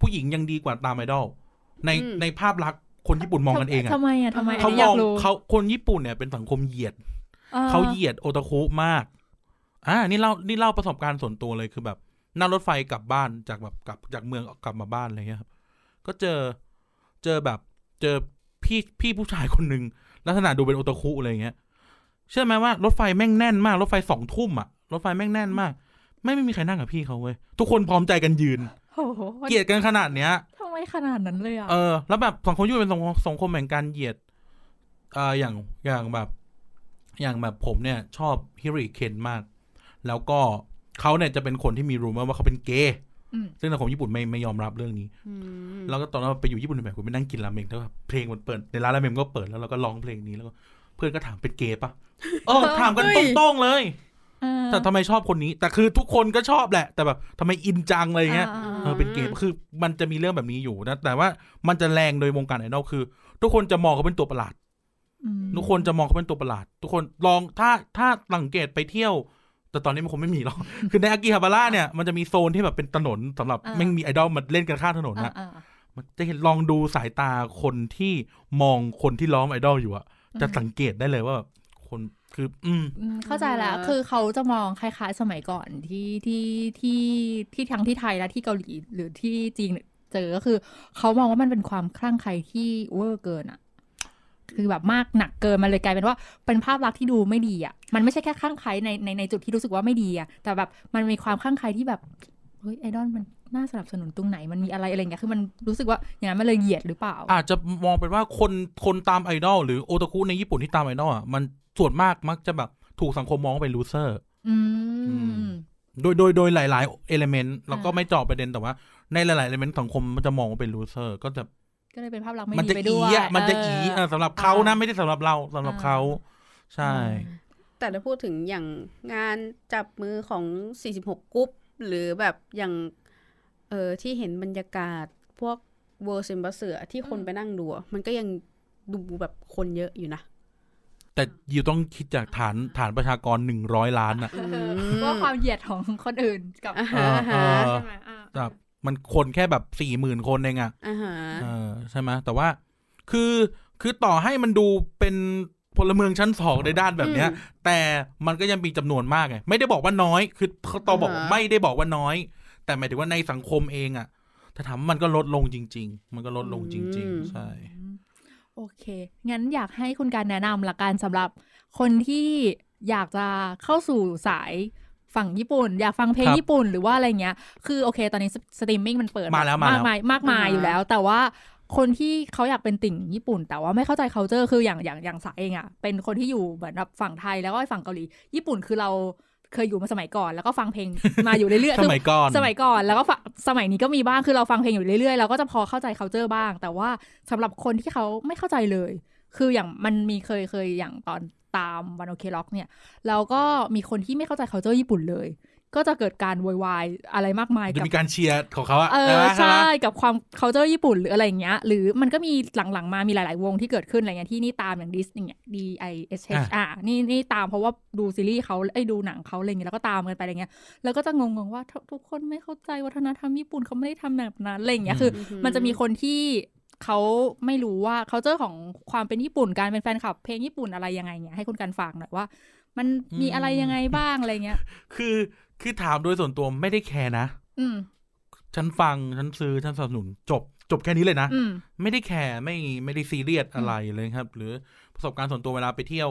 Speaker 4: ผู้หญิงยังดีกว่าตามไอดอลในในภาพลักษณ์คนญี่ปุ่นมองกันเองอ่ะ
Speaker 2: ทำไมอ่ะทำไมอัน
Speaker 4: เขา
Speaker 2: นี้
Speaker 4: ม
Speaker 2: ยา
Speaker 4: อง
Speaker 2: กรู้
Speaker 4: เขาคนญี่ปุ่นเนี่ยเป็นสังคมเหยียด
Speaker 2: ออ
Speaker 4: เขาเหยียดโอตาคุมาก อ่า นี่เล่า นี่เล่าประสบการณ์ส่วนตัวเลยคือแบบ นั่งรถไฟกลับบ้านจากแบบกลับจากเมืองกลับมาบ้านอะไรเงี้ยครับ ก็เจอ เจอแบบ เจอพี่พี่ผู้ชายคนหนึ่งลักษณะดูเป็นโอตาคุอะไรเงี้ย เชื่อไหมว่ารถไฟแม่งแน่นมาก รถไฟสองทุ่มอะรถไฟแม่งแน่นมาก ไม่ไม่มีใครนั่งกับพี่เขาเว้ย ทุกคนพร้อมใจกันยืน
Speaker 2: โอ้โห
Speaker 4: เกลียดกันขนาดเนี้ย
Speaker 2: ทำไมขนาดนั้นเลยอ่ะ
Speaker 4: เออ แล้วแบบสังคมยุโรปเป็นสังคมสังคมแห่งการเหยียดเอออย่างอย่างแบบ อย่างแบบผมเนี่ย ชอบฮิริเคนมาก แล้วก็เขาเนี่ยจะเป็นคนที่มีรูมว่าเขาเป็นเกย์
Speaker 2: ม
Speaker 4: ซึ่งสังคมญี่ปุ่นไม่ไม่ยอมรับเรื่องนี้
Speaker 3: อืม
Speaker 4: แล้วก็ตอนนั้นไปอยู่ญี่ปุ่นใหม่ๆผมไปนั่งกินราเมงแล้วแบบเพลงมันเปิดในร้านราเมงก็เปิดแล้วเราก็ร้องเพลงนี้แล้วก็เพื่อนก็ถามเป็นเกย์ปะเออถามกันตรงๆเลย
Speaker 2: เออ
Speaker 4: แต่ทำไมชอบคนนี้ แต่คือทุกคนก็ชอบแหละ แต่แบบทำไมอินจังอะไรเงี้ย
Speaker 2: า
Speaker 4: เออเป็นเกมคือมันจะมีเรื่องแบบนี้อยู่นะ แต่ว่ามันจะแรงโดยวงการไอดอลคือ ทุกคนจะมองเขาเป็นตัวประหลาด
Speaker 2: อืม
Speaker 4: ทุกคนจะมองเขาเป็นตัวประหลาด ทุกคนลองถ้าถ้าสังเกตไปเที่ยว แต่ตอนนี้มันคงไม่มีหรอก คือในอากิฮาบาระเนี่ยมันจะมีโซนที่แบบเป็นถนนสำหรับ
Speaker 2: อ่า
Speaker 4: ไม่มีไอดอลมาเล่นกันข้างถนนนะ
Speaker 2: อ่าอ่า
Speaker 4: มันจะเห็นลองดูสายตาคนที่มองคนที่ล้อมไอดอลอยู่อะ
Speaker 2: อืม
Speaker 4: จะสังเกตได้เลยว่าแบบคนคือ อืม
Speaker 2: อืมเข้าใจแล้วคือเขาจะมองคล้ายๆสมัยก่อนที่ที่ที่ที่ทั้งที่ไทยและที่เกาหลีหรือที่จีนเจอก็คือ เขามองว่ามันเป็นความคลั่งไคล้ที่เวอร์เกินอ่ะ คือแบบมากหนักเกินมันเลยกลายเป็นว่าเป็นภาพลักษณ์ที่ดูไม่ดีอ่ะมันไม่ใช่แค่คลั่งไคล้ในในในจุดที่รู้สึกว่าไม่ดีอ่ะแต่แบบมันมีความคลั่งไคล้ที่แบบเฮ้ยไอดอลมันน่าสนับสนุนตรงไหนมันมีอะไรอะไรอย่างเงี้ยคือมันรู้สึกว่าอย่างนั้นมันเลยเหยียดหรือเปล่า
Speaker 4: อาจจะมองเป็นว่าคนคนตามไอดอลหรือโอตาคุในญี่ปุ่นที่ตามไอดอลอ่ะมันส่วนมากมักจะแบบถูกสังคมมองว่าเป็นลูเซอร์
Speaker 2: อื
Speaker 4: อื
Speaker 2: ม
Speaker 4: ม โดยโดยโดยหลาย ๆ เอลเมนต์เราก็
Speaker 2: อ่า
Speaker 4: ไม่เจาะประเด็นแต่ว่า ในหลายๆเอลเมนต์สังคมมันจะมองว่าเป็นลูเซอร์ ก็จะ
Speaker 2: ก็เลยเป็นภาพลักษณ์ไม่
Speaker 4: มัน
Speaker 2: ดี
Speaker 4: จะ
Speaker 2: ไป
Speaker 4: อี
Speaker 2: ด้วย
Speaker 4: อ่ะมันจะอี
Speaker 2: เ
Speaker 4: อ่ะสำหรับเขานะ
Speaker 2: อ่า
Speaker 4: ไม่ได้สำหรับเราสำหรับ
Speaker 2: อ่า
Speaker 4: เขาใช่
Speaker 3: แต่ถ้าพูดถึงอย่างงานจับมือของ 46กรุ๊ป หรือแบบอย่าง เออที่เห็นบรรยากาศพวกเวอร์ซิมบัสเสือที่คนไปนั่งดูอะมันก็ยังดูแบบคนเยอะอยู่นะ
Speaker 4: แต่อยู่ต้องคิดจากฐานฐานประชากรหนึ่งร้อยล้านอ่ะ
Speaker 2: เออว่าความเหยียดของคนอื่นกับ
Speaker 3: อ่า
Speaker 4: อ่า
Speaker 3: ฮะ
Speaker 4: อ่า
Speaker 2: ใช่ไหมอ่า
Speaker 4: แบบมันคนแค่แบบสี่หมื่นคนเองอ่ะ
Speaker 3: อ่าฮะ
Speaker 4: เออใช่ไหมแต่ว่าคือคือต่อให้มันดูเป็นพลเมืองชั้นสองในด้านแบบเนี้ย แต่มันก็ยังมีจำนวนมากไงไม่ได้บอกว่าน้อยคือเขาตอบอกไม่ได้บอกว่าน้อย แต่หมายถึงว่าในสังคมเองอะถ้าถามว่ามันก็ลดลงจริง ๆ มันก็ลดลงจริง ๆ ใช่
Speaker 2: โอเค งั้นอยากให้คุณการแนะนำละกันสำหรับคนที่อยากจะเข้าสู่สายฝั่งญี่ปุ่น อยากฟังเพลง
Speaker 4: ครับ
Speaker 2: ญี่ปุ่นหรือว่าอะไรเงี้ย คือโอเค ตอนนี้สตรีมมิ่งมันเปิด
Speaker 4: มาแล้วมาแล้ว
Speaker 2: กมายมากมายอยู่แล้ว แต่ว่าคนที่เขาอยากเป็นติ่งญี่ปุ่น แต่ว่าไม่เข้าใจ culture คืออย่างอย่างอย่างสายเองอะเป็นคนที่อยู่เหมือนแบบฝั่งไทยแล้วก็ฝั่งเกาหลี ญี่ปุ่นคือเราเคยอยู่มาสมัยก่อน แล้วก็ฟังเพลงมาอยู่เรื่ อยๆ
Speaker 4: ส
Speaker 2: คือ
Speaker 4: มัยก่อน
Speaker 2: สมัยก่อนแล้วก็ฟังสมัยนี้ก็มีบ้างคือเราฟังเพลงอยู่เรื่อยๆเราก็จะพอเข้าใจ c u เจอร์บ้าง แต่ว่าสำหรับคนที่เขาไม่เข้าใจเลย คืออย่างมันมีเคยเคยอย่างตอนตามวันโอเคล็อกเนี่ยเราก็มีคนที่ไม่เข้าใจ c u เจอร์ญี่ปุ่นเลย ก็จะเกิดการโวยวายอะไรมากมาย
Speaker 4: จะ
Speaker 2: กับ
Speaker 4: มีการเชียร์ของเขาอะ
Speaker 2: เอ
Speaker 4: ใช่
Speaker 2: อ
Speaker 4: ไหมใช่ไหม
Speaker 2: ใช่กับความ c u เจอร์ญี่ปุ่นหรืออะไรอย่างเงี้ย หรือมันก็มีหลังๆมามีหลายๆวงที่เกิดขึ้นอะไรเงี้ยที่นี่ตามอย่างดิสอย่างเงี้ย D I S H อ่ะนี่นี่ตามเพราะว่าดูซีรีส์เขาไอ้ยดูหนังเขาอะไรเงี้ยแล้วก็ตามกันไปอะไรเงี้ยแล้วก็จะงงๆว่าทุกทุกคนไม่เข้าใจวัฒนธรรมญี่ปุ่นเขาไม่ได้ทำแบบนั้นอะไรเงี้ย
Speaker 4: อืม
Speaker 2: คือ
Speaker 3: อือฮึ
Speaker 2: มันจะมีคนที่เขาไม่รู้ว่า c u เจอร์ของความเป็นญี่ปุ่นการเป็นแฟนคลับเพลงญี่ปุ่นอะไรยังไงเงี้ยให้คุณกันฝากหน่อยว่า มันมีอะไรยังไงบ้างอะไรเงี้ย
Speaker 4: คือคือถามโดยส่วนตัวไม่ได้แคร์นะ
Speaker 2: อืม
Speaker 4: ฉันฟังฉันซื้อฉันสนับสนุนจบ จบแค่นี้เลยนะ
Speaker 2: อืม
Speaker 4: ไม่ได้แคร์ไม่ไม่ได้ซีเรียสอะไรเลยครับ หรือประสบการณ์ส่วนตัวเวลาไปเที่ยว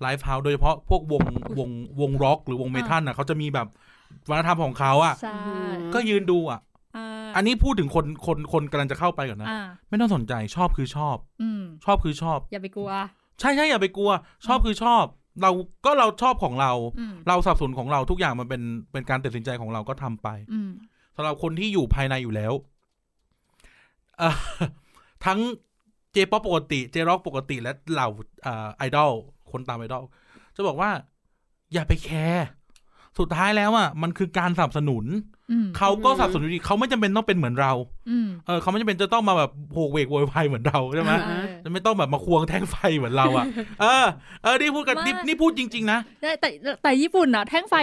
Speaker 4: ไลฟ์เฮาส์โดยเฉพาะพวกวงวงวงร็อก หรือวงเมทัลน่ะเขาจะมีแบบวัฒนธรรมของเขาอ่ะ
Speaker 2: ใช่
Speaker 4: ก็ยืนดูอ่ะ
Speaker 2: อ่า
Speaker 4: อันนี้พูดถึงคนคนคนกำลังจะเข้าไปก่อนนะ
Speaker 2: อ่า
Speaker 4: ไม่ต้องสนใจชอบคือชอบ
Speaker 2: อืม
Speaker 4: ชอบคือชอบ
Speaker 2: อย่าไปกลัว
Speaker 4: ใช่ใช่อย่าไปกลัว ชอบคือชอบ เราก็เราชอบของเรา
Speaker 2: อืม
Speaker 4: เราสับสนของเราทุกอย่างมันเป็นเป็นการตัดสินใจของเราก็ทำไป
Speaker 2: อืม
Speaker 4: สำหรับคนที่อยู่ภายในอยู่แล้วเอ่อ ทั้งเจป๊อปปกติ เจร็อกปกติและเหล่าเอ่อไอดอลคนตามไอดอลจะบอกว่า อย่าไปแคร์สุดท้ายแล้วอ่ะมันคือการสนับสนุน
Speaker 2: อืม
Speaker 4: เขาก็สนับสนุนอยู่ดีเขาไม่จำเป็นต้องเป็นเหมือนเรา
Speaker 2: อืม
Speaker 4: เออเขาไม่จำเป็นจะต้องมาแบบโหกเวกโวยวายเหมือนเราใช่ไหม
Speaker 2: เออ
Speaker 4: จะไม่ต้องแบบมาควงแท่งไฟเหมือนเราอ่ะ เออเออนี่พูดกันนี่
Speaker 2: ไม่
Speaker 4: นี่พูดจริง ๆ นะ
Speaker 2: แต่แต่แต่ญี่ปุ่นอะแท่งไฟ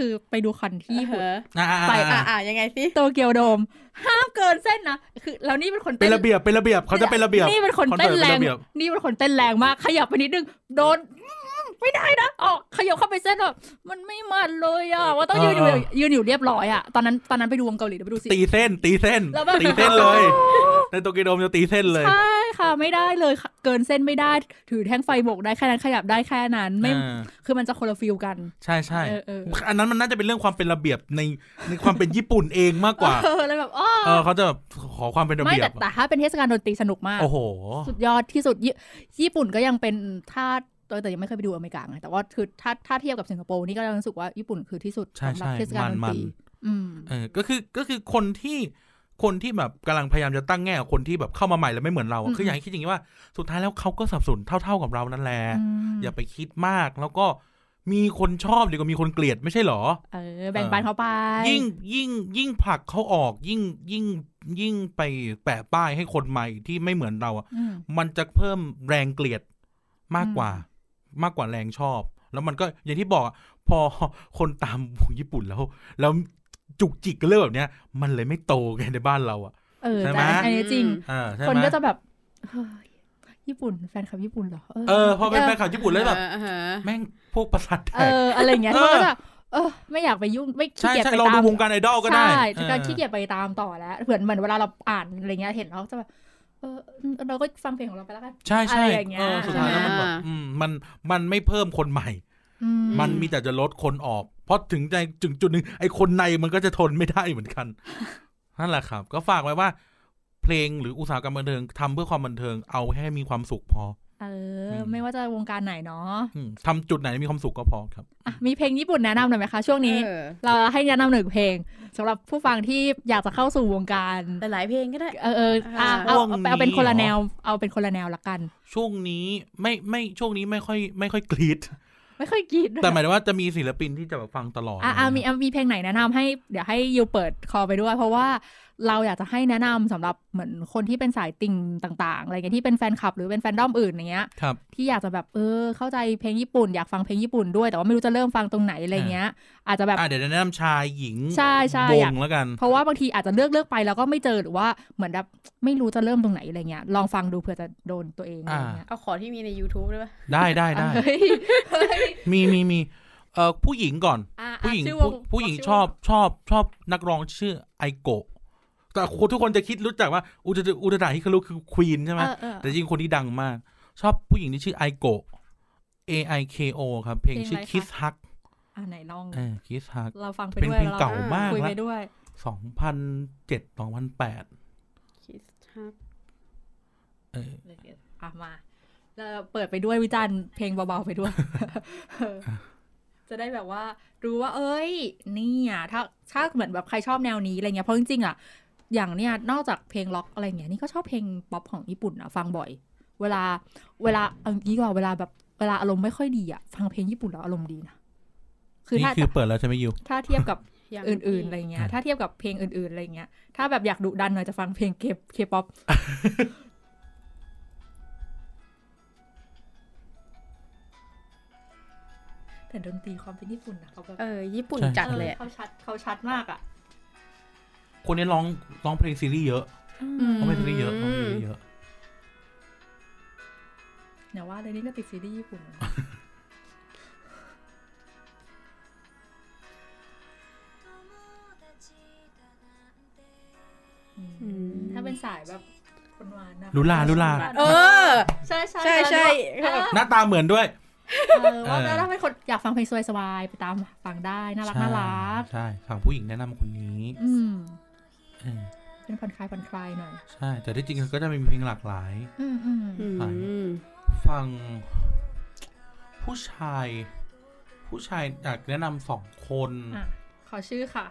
Speaker 2: คือไปดูคอนที่
Speaker 3: อ่า
Speaker 2: ญี่ปุ่น
Speaker 3: ฮะ
Speaker 4: อ่าๆๆ
Speaker 2: ไป
Speaker 3: อ่าอ่ายังไงสิ
Speaker 2: โตเกียวโดม ห้ามเกินเส้นนะ คือเรานี่เป็นคน
Speaker 4: เป็
Speaker 2: ต้
Speaker 4: นระเบียบเป็นระเบียบเขาจะเป็นระเบียบ
Speaker 2: นี่เป็นคนเต้นแร
Speaker 4: คอนเสิ
Speaker 2: ง
Speaker 4: ร์ตเป็นระเบียบ
Speaker 2: นี่เป็นคนเต้นแรงมาก ขยับไปนิดนึง โดน ไม่ได้นะออกขยับเข้าไปเส้นแบบมันไม่มันเลยอ่ะว่าต้องยืนอยู่
Speaker 4: เออ
Speaker 2: ยืนอยู่เรียบร้อยอ่ะตอนนั้นตอนนั้นไปดูวงเกาหลีเดี๋ยวไปดูสิ
Speaker 4: ตีเส้น ตีเส้น
Speaker 2: แล้วแบบ
Speaker 4: ตีเส้นเลย ในโตเกียวโดมจะตีเส้นเลย
Speaker 2: ใช่ค่ะไม่ได้เลยค่ะเกินเส้นไม่ได้ ถือแท่งไฟโบกได้แค่นั้นขยับได้แค่นั้นไม่
Speaker 4: อ่า
Speaker 2: คือมันจะคนละฟิลกัน
Speaker 4: ใช่ใช่
Speaker 2: เออเออ
Speaker 4: อันนั้นมันน่าจะเป็นเรื่องความเป็นระเบียบในในความเป็นญี่ปุ่นเองมากกว่า
Speaker 2: เออเลยแบบอ้อ
Speaker 4: เออเขาจะแบบขอความเป็นระ
Speaker 2: ไม่
Speaker 4: เบีย
Speaker 2: แต่
Speaker 4: บ
Speaker 2: แต่
Speaker 4: อะ
Speaker 2: ถ้าเป็นเทศกาลดนตรีสนุกมาก
Speaker 4: โอ้โห
Speaker 2: สุดยอดที่สุดญี่ญี่ปุ่นก็ยังเป็นถ้าแต่แต่ยังไม่เคยไปดูอเมริกาไงแต่ว่าคือถ้าถ้าเทียบกับสิงคโปร์นี่ก็ยังรู้สึกว่าญี่ปุ่นคือที่สุด
Speaker 4: ใช่
Speaker 2: สำหรับ
Speaker 4: ใช่
Speaker 2: เทศกาลดน
Speaker 4: มั
Speaker 2: ต
Speaker 4: น
Speaker 2: รีอืม
Speaker 4: เออก็คือก็คือคนที่คนที่แบบกำลังพยายามจะตั้งแง่กับคนที่แบบเข้ามาใหม่แล้วไม่เหมือนเราอะ
Speaker 2: อืม
Speaker 4: คืออยากให้คิดอย่างนี้ว่าสุดท้ายแล้วเขาก็สับสนเท่า ๆกับเรานั่นแหละ
Speaker 2: อืม
Speaker 4: อย่าไปคิดมากแล้วก็มีคนชอบดีกว่ามีคนเกลียดไม่ใช่เหรอ
Speaker 2: เออแบ่งปันเขาไป
Speaker 4: ยิ่งยิ่งยิ่งผลักเขาออกยิ่งยิ่งยิ่งไปแปะป้ายให้คนใหม่ที่ไม่เหมือนเราอะ
Speaker 2: อืม
Speaker 4: มันจะเพิ่มแรงเกลียดมากกว่า มากกว่าแรงชอบ แล้วมันก็อย่างที่บอกอะพอคนตามวงญี่ปุ่นแล้ว แล้วจุกจิกกันเรื่องแบบเนี้ย มันเลยไม่โตกันในบ้านเราอะ
Speaker 2: เออ
Speaker 4: ใช่ไหม
Speaker 2: แต่อันนี้จริง
Speaker 4: อ่าใช่
Speaker 2: คน
Speaker 4: ไหม
Speaker 2: ก็จะแบบเฮ้ยญี่ปุ่นแฟนคลับญี่ปุ่นเหรอ
Speaker 4: เออพอเป็นแฟนข่าวญี่ปุ่นแล้วแบบ
Speaker 3: เออเออ
Speaker 4: แม่งพวกประสาทแต
Speaker 2: เอก ออะไรอย่างเงี้ย
Speaker 4: เอ
Speaker 2: คน
Speaker 4: อ
Speaker 2: ก็จะเออไม่อยากไปยุ่งไม่ขี้
Speaker 4: ใช่
Speaker 2: เกียจ
Speaker 4: ใช่
Speaker 2: ไป
Speaker 4: เรา
Speaker 2: ตา
Speaker 4: ดู
Speaker 2: ม
Speaker 4: วงการไอดอลก็ได้
Speaker 2: ใช่แต่ก็
Speaker 4: ออ
Speaker 2: ขี้เกียจไปตามต่อแล้วเหมือนเหมือนเวลาเราอ่านอะไรเงี้ยเห็นเราก็จะแบบเออเราก็ฟังเพลงของเราไปแล้วกัน
Speaker 4: ใช่ใช่
Speaker 2: อะไรอย่างเงี้ย
Speaker 4: เออสุดท้ายแล้วมันแบบอืมมันมันไม่เพิ่มคนใหม่
Speaker 2: อื
Speaker 4: มันมีแต่จะลดคนออก เพราะถึงใจจุดจุดหนึ่งไอ้คนในมันก็จะทนไม่ได้เหมือนกัน นั่นแหละครับ ก็ฝากไว้ว่า เพลงหรืออุตสาหกรรมบันเทิงทำเพื่อความบันเทิงเอาให้มีความสุขพอ
Speaker 2: เออ
Speaker 4: ม
Speaker 2: อไม่ว่าจะวงการไหนเนาะ
Speaker 4: อืมทำจุดไหนมีความสุขก็พอครับ
Speaker 2: อ่ะมีเพลงญี่ปุ่นแนะนำหน่อยไหมคะ ช่วงนี้
Speaker 3: เออ
Speaker 2: เราให้แนะนำหนึ่งเพลงสำหรับผู้ฟังที่อยากจะเข้าสู่วงการ
Speaker 3: หลายๆเพลงก็ได้
Speaker 2: เออเอออ่ะ
Speaker 3: อ่า
Speaker 2: เอาเอา
Speaker 4: ช่วงนี้
Speaker 2: เอาเป็นคนละแนว เอาเป็นคนละแนวละกัน
Speaker 4: ช่วงนี้ไม่ไม่ช่วงนี้ไม่ค่อย ไม่ค่อยกรีด
Speaker 2: ไม่ค่อยกิน
Speaker 4: แต่หมายถึงว่าจะมีศิลปินที่จะแบบฟังตลอด
Speaker 2: อ่ะอ่ะมีอ่ะมีเพลงไหนแนะนำให้เดี๋ยวให้ยูเปิดคอไปด้วย เพราะว่าเราอยากจะให้แนะนำสำหรับเหมือนคนที่เป็นสายติ่งต่าง ๆ อะไรเงี้ยที่เป็นแฟนคลับหรือเป็นแฟนด้อมอื่นอย่างเงี้ย
Speaker 4: ครับ
Speaker 2: ที่อยากจะแบบเออเข้าใจเพลงญี่ปุ่นอยากฟังเพลงญี่ปุ่นด้วยแต่ว่าไม่รู้จะเริ่มฟังตรงไหนอะไรเงี้ย อาจจะแบบ
Speaker 4: อ่ะเดี๋ยวแนะนำชายหญิง
Speaker 2: ใช่ใช่
Speaker 4: ว
Speaker 2: อยาก
Speaker 4: งแล้วกัน
Speaker 2: เพราะว่าบางทีอาจจะเลือกเลือกไปแล้วก็ไม่เจอหรือว่าเหมือนแบบไม่รู้จะเริ่มตรงไหนอะไรเงี้ยลองฟังดูเผื่อจะโดนตัวเองอะไรเงี้ย
Speaker 3: เอาขอที่มีใน YouTube ได้ปะ
Speaker 4: ได้ได้ ได้
Speaker 2: เฮ้ย
Speaker 4: มีมีมีเอ่อผู้หญิงก่อน
Speaker 2: อ่ะอ่ะ
Speaker 4: ผู้หญิง
Speaker 2: ชื่อว
Speaker 4: ผู้ผู้หญิงชอบชอบชอบนักร้องชื่อไอโกะแต่คนทุกคนจะคิดรู้จักว่าอุตอุตดาฮิคารุคือควีนใช่ไหม
Speaker 2: เออเออ
Speaker 4: แต่จริงคนที่ดังมาก ชอบผู้หญิงที่ชื่อไอโกะ A I K O ครับ เพลงชื่อ
Speaker 2: เพลงอะไรคะ
Speaker 4: Kiss Hug
Speaker 2: อ่ะไหนลอง
Speaker 4: เออ Kiss Hug
Speaker 2: เราฟังไป
Speaker 4: เป็น
Speaker 2: ด้วย
Speaker 4: เพลง
Speaker 2: แล้ว
Speaker 4: เก่ามาก
Speaker 2: คุย
Speaker 4: แล้
Speaker 2: ไป
Speaker 4: ว
Speaker 2: ด้วย
Speaker 4: สองพันเจ็ดสองพันแปด
Speaker 3: คิดฮัก
Speaker 4: เออ
Speaker 2: อ่ะมาเราเปิดไปด้วยวิจารณ์เพลงเบาๆไปด้วย เออจะได้แบบว่ารู้ว่า เอ้ยเนี่อ่ะถ้าถ้าเหมือนแบบใครชอบแนวนี้อะไรเงี้ยเพราะจริงๆอ่ะอย่างเนี้ยนอกจากเพลงล็อกอะไรเงี้ยนี่ก็ชอบเพลงป๊อปของญี่ปุ่นอ่ะฟังบ่อย เวลาเวลาเอางี้ดีกว่าเวลาแบบเวลาอารมณ์ไม่ค่อยดีอ่ะฟังเพลงญี่ปุ่นแล้วอารมณ์ดีนะคือ
Speaker 4: นี่
Speaker 2: ถ้า
Speaker 4: คือเปิดแล้วใช่ไหมยู
Speaker 2: ถ้าเทียบกับ
Speaker 3: ยัง
Speaker 2: อื่นๆอะไรเงี้ย
Speaker 4: อ่ะ
Speaker 2: ถ้าเทียบกับเพลงอื่นๆอะไรเงี้ย ถ้าแบบอยากดุดันหน่อยจะฟังเพลงเคเคป๊อป แต่ดนตรีความเป็นญี่ปุ่นนะเขาแบบ
Speaker 3: เออ ญี่ปุ่น
Speaker 4: ใช่
Speaker 3: จัดเลยอะ
Speaker 2: เขาชัดเขาชัดมากอ่ะ
Speaker 4: คนนี้ร้องร้องเพลงซีรีส์เยอะร้องเพลงซีรีส์เยอะร้องเพลงซีรีส์เยอะ
Speaker 2: เนี่ยว่าเลยนี่ก็ติดซีรีส์ญี่ปุ่นนะอืมถ้าเป็นสายแบบคนหวานนะ
Speaker 4: ลุลาลุลา
Speaker 3: เออ
Speaker 2: ใช่ใช่
Speaker 3: ใช่ใช่
Speaker 2: เออ
Speaker 4: หน้าตาเหมือนด้วย
Speaker 2: เออว่า
Speaker 4: เออ
Speaker 2: ถ้าเป็นคนอยากฟังเพลงสบายๆไปตามฟังได้น่ารักน่ารัก
Speaker 4: ใช่ฝั่งผู้หญิงแนะนำคนนี้
Speaker 2: อืม
Speaker 4: เออ
Speaker 2: เป็นผ่อนคลายผ่อนคลายหน่อย
Speaker 4: ใช่ แต่ที่จริงก็จะมีเพลงหลากหลาย
Speaker 2: อืมอืม
Speaker 3: อืม
Speaker 4: ฟังผู้ชาย ผู้ชายอยากแนะนำสองคน
Speaker 2: อ่ะขอชื่อค่ะ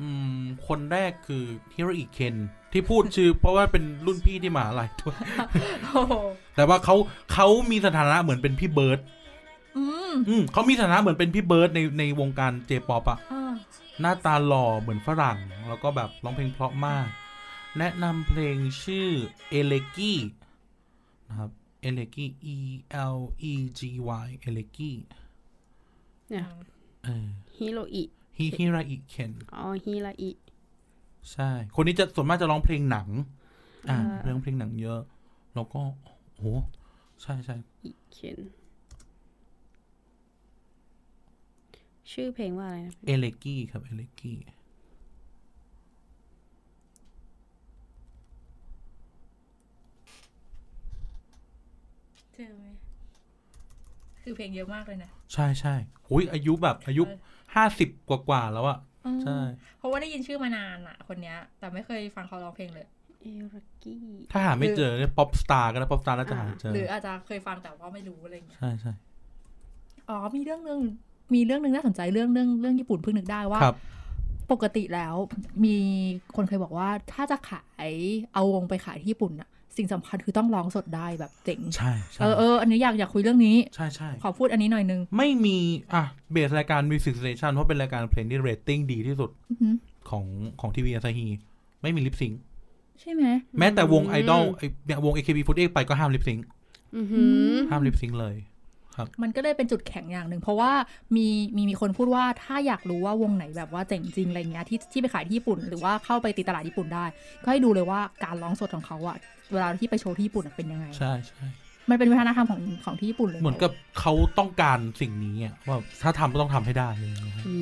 Speaker 4: อืม คนแรกคือฮิโรอิเคนที่พูดชื่อ เพราะว่าเป็นรุ่นพี่ที่มหาลัย ด้วย
Speaker 2: โอ้โห
Speaker 4: แต่ว่าเขาเขามีสถานะเหมือนเป็นพี่เบิร์ด
Speaker 2: อืม
Speaker 4: อืมเขามีสถานะเหมือนเป็นพี่เบิร์ดในในวงการเจป๊อปอะ
Speaker 2: อ่า
Speaker 4: หน้าตาหล่อเหมือนฝรั่ง แล้วก็แบบร้องเพลงเพราะมาก แนะนำเพลงชื่อเอเลกี้นะครับเอเลกี้ E L E G Y เอเลกี้
Speaker 3: เนี่ย
Speaker 4: เออ
Speaker 3: ฮิโรอิ
Speaker 4: ฮิฮิราอิเคน
Speaker 3: อ๋อฮิราอิ
Speaker 4: ใช่ คนนี้จะส่วนมากจะร้องเพลงหนัง อ่า
Speaker 3: อ่า
Speaker 4: เรื่องเพลงหนังเยอะ แล้วก็โอ้โหใช่ใช่
Speaker 3: อิเคน ชื่อเพลงว่าอะไรนะ
Speaker 4: เอเลกี้ครับเอเลกี้
Speaker 2: เจอไหมคือเพลงเยอะมากเลยนะ
Speaker 4: ใช่ใช่หุยอายุแบบอายุห้าสิบกว่าๆแล้วอะใช่
Speaker 2: เพราะว่าได้ยินชื่อมานานอะคนเนี้ย แต่ไม่เคยฟังเขาร้องเพลงเลย
Speaker 3: เอลกี้
Speaker 4: ถ้าหาไม่เจอเนี่ยป๊อปสตาร์ก็นะป๊อปสตาร์น่าจะหาเจอ
Speaker 2: หรืออาจจะเคยฟังแต่ว่าไม่รู้อะไรอย่างเงี้ย
Speaker 4: ใช่ใช่
Speaker 2: อ๋อ มีเรื่องหนึง มีเรื่องหนึงน่าสนใจเรื่องเรื่องเรื่องญี่ปุ่นเพิ่งนึกได้ว่า
Speaker 4: ครับ
Speaker 2: ปกติแล้วมีคนเคยบอกว่าถ้าจะขายเอาวงไปขายที่ญี่ปุ่นอะสิ่งสำคัญคือต้องร้องสดได้แบบเจ๋ง
Speaker 4: ใช่ใช่
Speaker 2: เออเอออันนี้อยากอยากคุยเรื่องนี้
Speaker 4: ใช่ใช่
Speaker 2: ขอพูดอันนี้หน่อยนึง
Speaker 4: ไม่มีอ่ะเบสรายการ Music Station เพราะเป็นรายการเพลงที่เรตติ้งดีที่สุด
Speaker 2: อื้อหือ
Speaker 4: ของของทีวีอาซาฮีไม่มีลิปซิงค์
Speaker 2: ใช่ไหม
Speaker 4: แม้แต่วง
Speaker 3: อืม
Speaker 4: ไอดอลไอ้เนี่ยวง AKB48 ไปก็ห้ามลิปซิงค์
Speaker 3: อือหือ
Speaker 4: ห้ามลิปซิงค์เลย
Speaker 2: มันก็เลยเป็นจุดแข็งอย่างหนึ่ง เพราะว่ามีมีมีคนพูดว่าถ้าอยากรู้ว่าวงไหนแบบว่าเจ๋งจริงอะไรเงี้ยที่ที่ไปขายที่ญี่ปุ่น หรือว่าเข้าไปตีตลาดญี่ปุ่นได้ ก็ให้ดูเลยว่าการร้องสดของเขาอะเวลาที่ไปโชว์ที่ญี่ปุ่นอะเป็นยังไง
Speaker 4: ใช่ใช่
Speaker 2: มันเป็นวัฒนธรรมของของที่ญี่ปุ่นเลย
Speaker 4: เหมือนกับเขาต้องการสิ่งนี้อะว่าถ้าทำก็ต้องทำให้ได้อะไรอย่างเงี้ย
Speaker 3: อื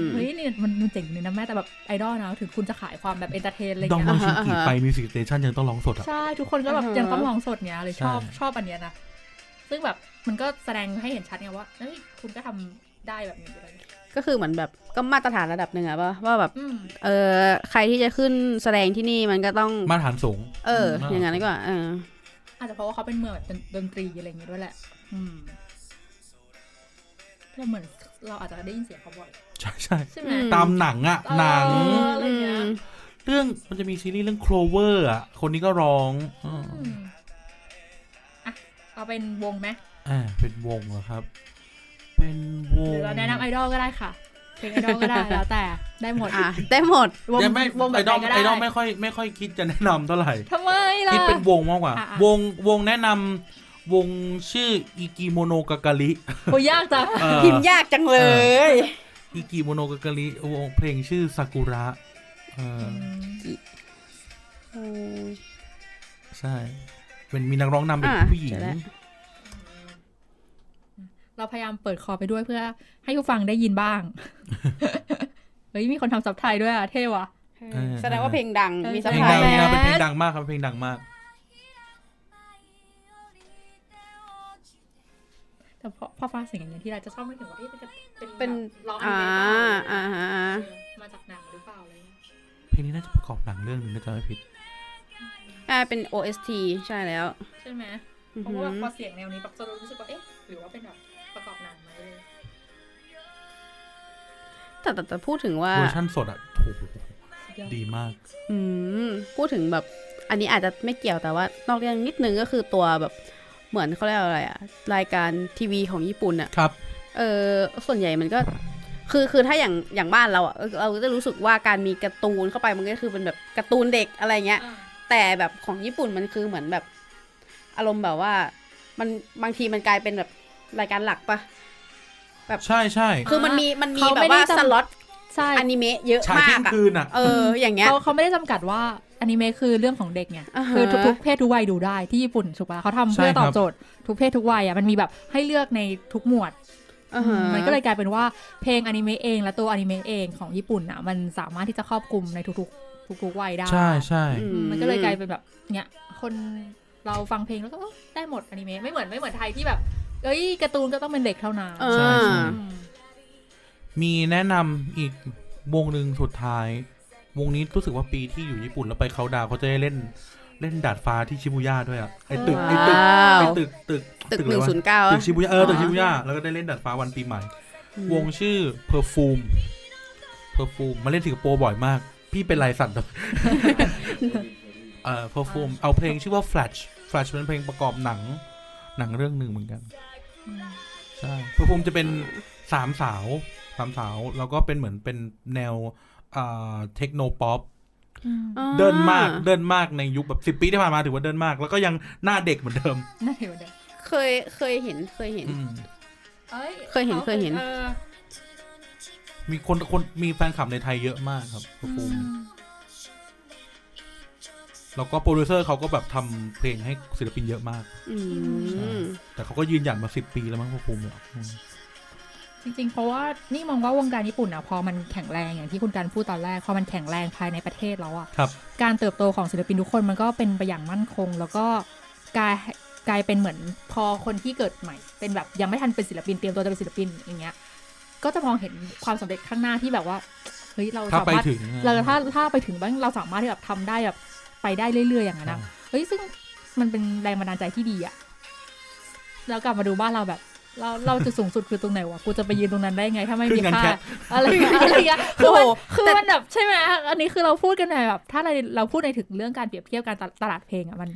Speaker 3: ม
Speaker 2: เฮ้ยนี่มันมันเจ๋งเลยนะแม่แต่แบบไอดอลนะถึงคุณจะขายความแบบเอนเตอร์เทนอะไร
Speaker 4: ดอง
Speaker 2: เงี้
Speaker 4: มอย นชิงกิ
Speaker 3: อ่าฮะ
Speaker 4: ไปมิวสิกสเตชันยังต้องร้องสดอ่ะ
Speaker 2: ใช่ทุกคนก็แบบ
Speaker 3: อ่าฮะ
Speaker 2: ยังต้องร้องสดเนี้ยเลยชอบ
Speaker 4: ใช่
Speaker 2: ชอบอันเนี้ยนะซึ่งแบบมันก็แสดงให้เห็นชัดไงว่าเอ้ยคุณก็ทำได้แบบนี้อะไรเงี้ย
Speaker 3: ก็คือเหมือนแบบก็มาตรฐานระดับหนึ่งอะว่าว่าแบบ
Speaker 2: อืม
Speaker 3: เออใครที่จะขึ้นแสดงที่นี่มันก็ต้อง
Speaker 4: มาตรฐานสูง
Speaker 3: เออ
Speaker 4: มา
Speaker 3: อย่างนั้นดีกว่าเออ
Speaker 2: อาจจะเพราะว่าเขาเป็นเมืองแบบดนดนตรีอะไรเงี้ยด้วยแหละ อืมเราเหมือนเราอาจจะได้ยินเสียงเขาบ่อย
Speaker 4: ใช่ใช่
Speaker 2: ใช่ไหม
Speaker 4: ตามหนังอ่ะ หนัง
Speaker 2: เออ
Speaker 3: อะไรเงี้ย
Speaker 4: เรื่องมันจะมีซีรีส์เรื่อง Clover อ่ะ คนนี้ก็ร้องอ่า
Speaker 2: อืมอ่ะเอาเป็นวงไหม
Speaker 4: อ่าเป็นวงเหรอครับ เป็นว
Speaker 2: ห
Speaker 4: ง
Speaker 2: รือเราแนะนำไอดอลก็ได้ค่ะเพลงไอดอล ก็ได้แล้วแต่ได้หมด
Speaker 3: อ่ะได้หมด
Speaker 2: วง
Speaker 4: ยังไม่
Speaker 2: วงแบ
Speaker 4: ไอบ ด
Speaker 2: ไหน
Speaker 4: อล
Speaker 2: ก็
Speaker 4: ไอ
Speaker 2: ได้
Speaker 4: ดอลไม่ค่อยไม่ค่อยคิดจะแนะนำเท่าไหร่
Speaker 2: ทำไมล่ะ
Speaker 4: คิดเป็นวงมากกว่า
Speaker 2: อ่ะอ่ะ
Speaker 4: วงวงแนะนำวงชื่ออิกิโมโนกาการิ
Speaker 2: โอ้ยาก จัง
Speaker 4: เอ่อ
Speaker 3: พิมพ์ยากจังเลย
Speaker 4: อิกิโมโนกาการิวงเพลงชื่อซากุระเออใช่ เป็นมีนักร้องนำเป็น
Speaker 3: อ่ะ
Speaker 4: ผู้หญิง
Speaker 3: เจอแล้ว
Speaker 2: เราพยายามเปิดคอไปด้วยเพื่อให้ผู้ฟังได้ยินบ้าง เฮ้ย มีคนทำซับไทยด้วยอ่ะ เท่ว่ะ
Speaker 4: เออ
Speaker 3: แสดงว่าเพลงดังมีสะ
Speaker 4: เพลง
Speaker 3: พา
Speaker 4: ดั
Speaker 3: ย
Speaker 4: ง
Speaker 2: แล้
Speaker 4: นะ
Speaker 2: ว
Speaker 4: เป็นเพลงดังมากครับเพลงดังมาก
Speaker 2: แต่พอพอฟังเสียงอย่างนี้ยที่เราจะชอบนึกถึงว่าเอ๊ะมันจะเป็น
Speaker 3: เป็น
Speaker 2: แบบร้อง
Speaker 3: อ่า
Speaker 2: เปล่า
Speaker 3: อ่าฮะ
Speaker 2: เออมาจากหนังหรือเปล่าอะไรเงี้ย
Speaker 4: เพลงนี้น่าจะประกอบหนังเรื่องหนึ่งนะจ๊ะไม่ผิด
Speaker 3: อ่าเป็น OST ใช่แล้ว
Speaker 2: ใช่ไหม
Speaker 3: อือ
Speaker 2: เพ
Speaker 3: หื
Speaker 2: ราะว่า
Speaker 3: อ
Speaker 2: พอเสียงแนวนี้ปักจะรู้สึกว่าเอ๊ะหรือว่าเป็นแบบประกอบหนังไหมเลย
Speaker 3: แต่แต่แต่พูดถึงว่า
Speaker 4: เวอร์ชั่นสดอ่ะโอ้โห
Speaker 2: สุยอ
Speaker 4: ดีมาก
Speaker 3: อืมพูดถึงแบบอันนี้อาจจะไม่เกี่ยวแต่ว่านอกเรื่องนิดนึงก็คือตัวแบบเหมือนเขาเรียกอะไรอะรายการทีวีของญี่ปุ่นอะ
Speaker 4: ครับ
Speaker 3: เออส่วนใหญ่มันก็คือคือถ้าอย่างอย่างบ้านเราอะเออเราก็จะรู้สึกว่าการมีการ์ตูนเข้าไปมันก็คือเป็นแบบการ์ตูนเด็กอะไรเงี้ย แต่แบบของญี่ปุ่นมันคือเหมือนแบบ อารมณ์แบบว่า มันบางทีมันกลายเป็นแบบรายการหลักปะ
Speaker 4: ใช่ใช่
Speaker 3: คือมันมีมันมี
Speaker 2: เขา
Speaker 3: แบ
Speaker 2: ไม่
Speaker 3: บว่า
Speaker 2: ได้จำ
Speaker 3: สล็อต
Speaker 2: ใช่
Speaker 3: อนิเมะเยอะ
Speaker 4: ฉาย
Speaker 3: มาก
Speaker 4: เที่ยง
Speaker 3: อะ
Speaker 4: คืนอ่ะ
Speaker 3: เออ อย่างเงี้ย
Speaker 2: เขาเขาไม่ได้จำกัดว่าอนิเมะคือเรื่องของเด็กไง
Speaker 3: อ่าฮะ
Speaker 2: คือทุกๆเพศทุกวัยดูได้ที่ญี่ปุ่นถูกปะเขาทำ
Speaker 4: ใช่
Speaker 2: เพื่อตอ
Speaker 4: ครับ บ
Speaker 2: โจทย์ทุกเพศทุกวัยอ่ะมันมีแบบให้เลือกในทุกหมวด
Speaker 3: อ่าฮะ
Speaker 2: มันก็เลยกลายเป็นว่าเพลงอนิเมะเองและตัวอนิเมะเองของญี่ปุ่นอ่ะมันสามารถที่จะครอบคลุมในทุกๆ ทุกๆวัยได้
Speaker 4: ใช่ใช่
Speaker 2: อืมมันก็เลยกลายเป็นแบบเนี้ยคนเราฟังเพลงแล้วก็เอ้ยได้หมดอนิเมะไม่เหมือนไม่เหมือนไทยที่แบบเอ้ยการ์ตูนก็ต้องเป็นเด็กเท่านั้น
Speaker 3: เอ
Speaker 4: ใช่ใช่
Speaker 3: อ่า
Speaker 2: ม
Speaker 4: มีแนะนำอีกวงหนึ่งสุดท้าย วงนี้รู้สึกว่าปีที่อยู่ญี่ปุ่นแล้วไปเขาดาวน์เขาจะได้เล่นเล่นดาดฟ้าที่ชิบูย่าด้วยอ่ะไอตึกไอตึก
Speaker 3: ว้าว
Speaker 4: ไอตึกตึก
Speaker 3: ตึกห
Speaker 4: เล
Speaker 3: นึ่ง
Speaker 4: วะ
Speaker 3: ศูนย์เก้า
Speaker 4: ตึกชิบูย่าเออตึก
Speaker 3: อ๋อ
Speaker 4: ชิบูย่าแล้วก็ได้เล่นดาดฟ้าวันปีใหม่ วงชื่อ perfume perfume มาเล่นสิงคโปร์บ่อยมาก พี่เป็นไรสั่นตัว เอ่อ perfume เอาเพลงชื่อว่า flash flash เป็นเพลงประกอบหนัง หนังเรื่องหนึ่งเหมือนกัน ใช่ perfume จะเป็นสามสาวสามสาว แล้วก็เป็นเหมือนเป็นแนวเอ่อเทคโนป๊อป
Speaker 2: อืม
Speaker 4: เดินมากเดินมากในยุคแบบสิบ10 ปีที่ผ่านมาถือว่าเดินมาก แล้วก็ยังหน้าเด็กเหมือนเดิม
Speaker 2: น่าเห็นเด็ก
Speaker 3: เคยเคยเห็นเคยเห็น
Speaker 4: อืม
Speaker 2: อ้
Speaker 3: เคยเห็นเคยเห็น
Speaker 2: ออ
Speaker 4: มีคนคนมีแฟนคลับในไทยเยอะมากครับ perfume แล้วก็โปรดิวเซอร์เขาก็แบบทำเพลงให้ศิลปินเยอะมาก
Speaker 3: อืม
Speaker 4: แต่เขาก็ยืนหยัดมาสิบปีแล้วมั้งพวกภูมิเนี่ยอืม
Speaker 2: จริงๆ เพราะว่านี่มองว่าวงการญี่ปุ่นอ่ะพอมันแข็งแรงอย่างที่คุณการพูดตอนแรกพอมันแข็งแรงภายในประเทศแล้วอ่ะ
Speaker 4: ครับ
Speaker 2: การเติบโตของศิลปินทุกคนมันก็เป็นไปอย่างมั่นคง แล้วก็กลายกลายเป็นเหมือนพอคนที่เกิดใหม่ เป็นแบบยังไม่ทันเป็นศิลปินเตรียมตัวจะเป็นศิลปินอย่างเงี้ยก็จะมองเห็นความสำเร็จข้างหน้าที่แบบว่าเฮ้ยเรา
Speaker 4: ถ้า
Speaker 2: สา
Speaker 4: ไป
Speaker 2: มารถ
Speaker 4: ถึง
Speaker 2: เราถ้าถ้าไปถึงบ้างเราสามารถที่แบบทำได้แบบไปได้เรื่อย ๆ อย่างนั้นนะ
Speaker 4: ใช่
Speaker 2: เฮ้ยซึ่งมันเป็นแรงบันดาลใจที่ดีอะแล้วกลับมาดูบ้านเราแบบ เราเราจุดสูงสุดคือตรงไหนวะกูจะไปยืนตรงนั้นได้ไง ถ้าไม่มีค่าอะไรอย่างเงี้ยอะไรอย่างเงี้ยคือมันคือมันแบบใช่ไหมอันนี้คือเราพูดกันในแบบ ถ้าเราเราพูดในถึงเรื่องการเปรียบเทียบการตลาดเพลงอะมัน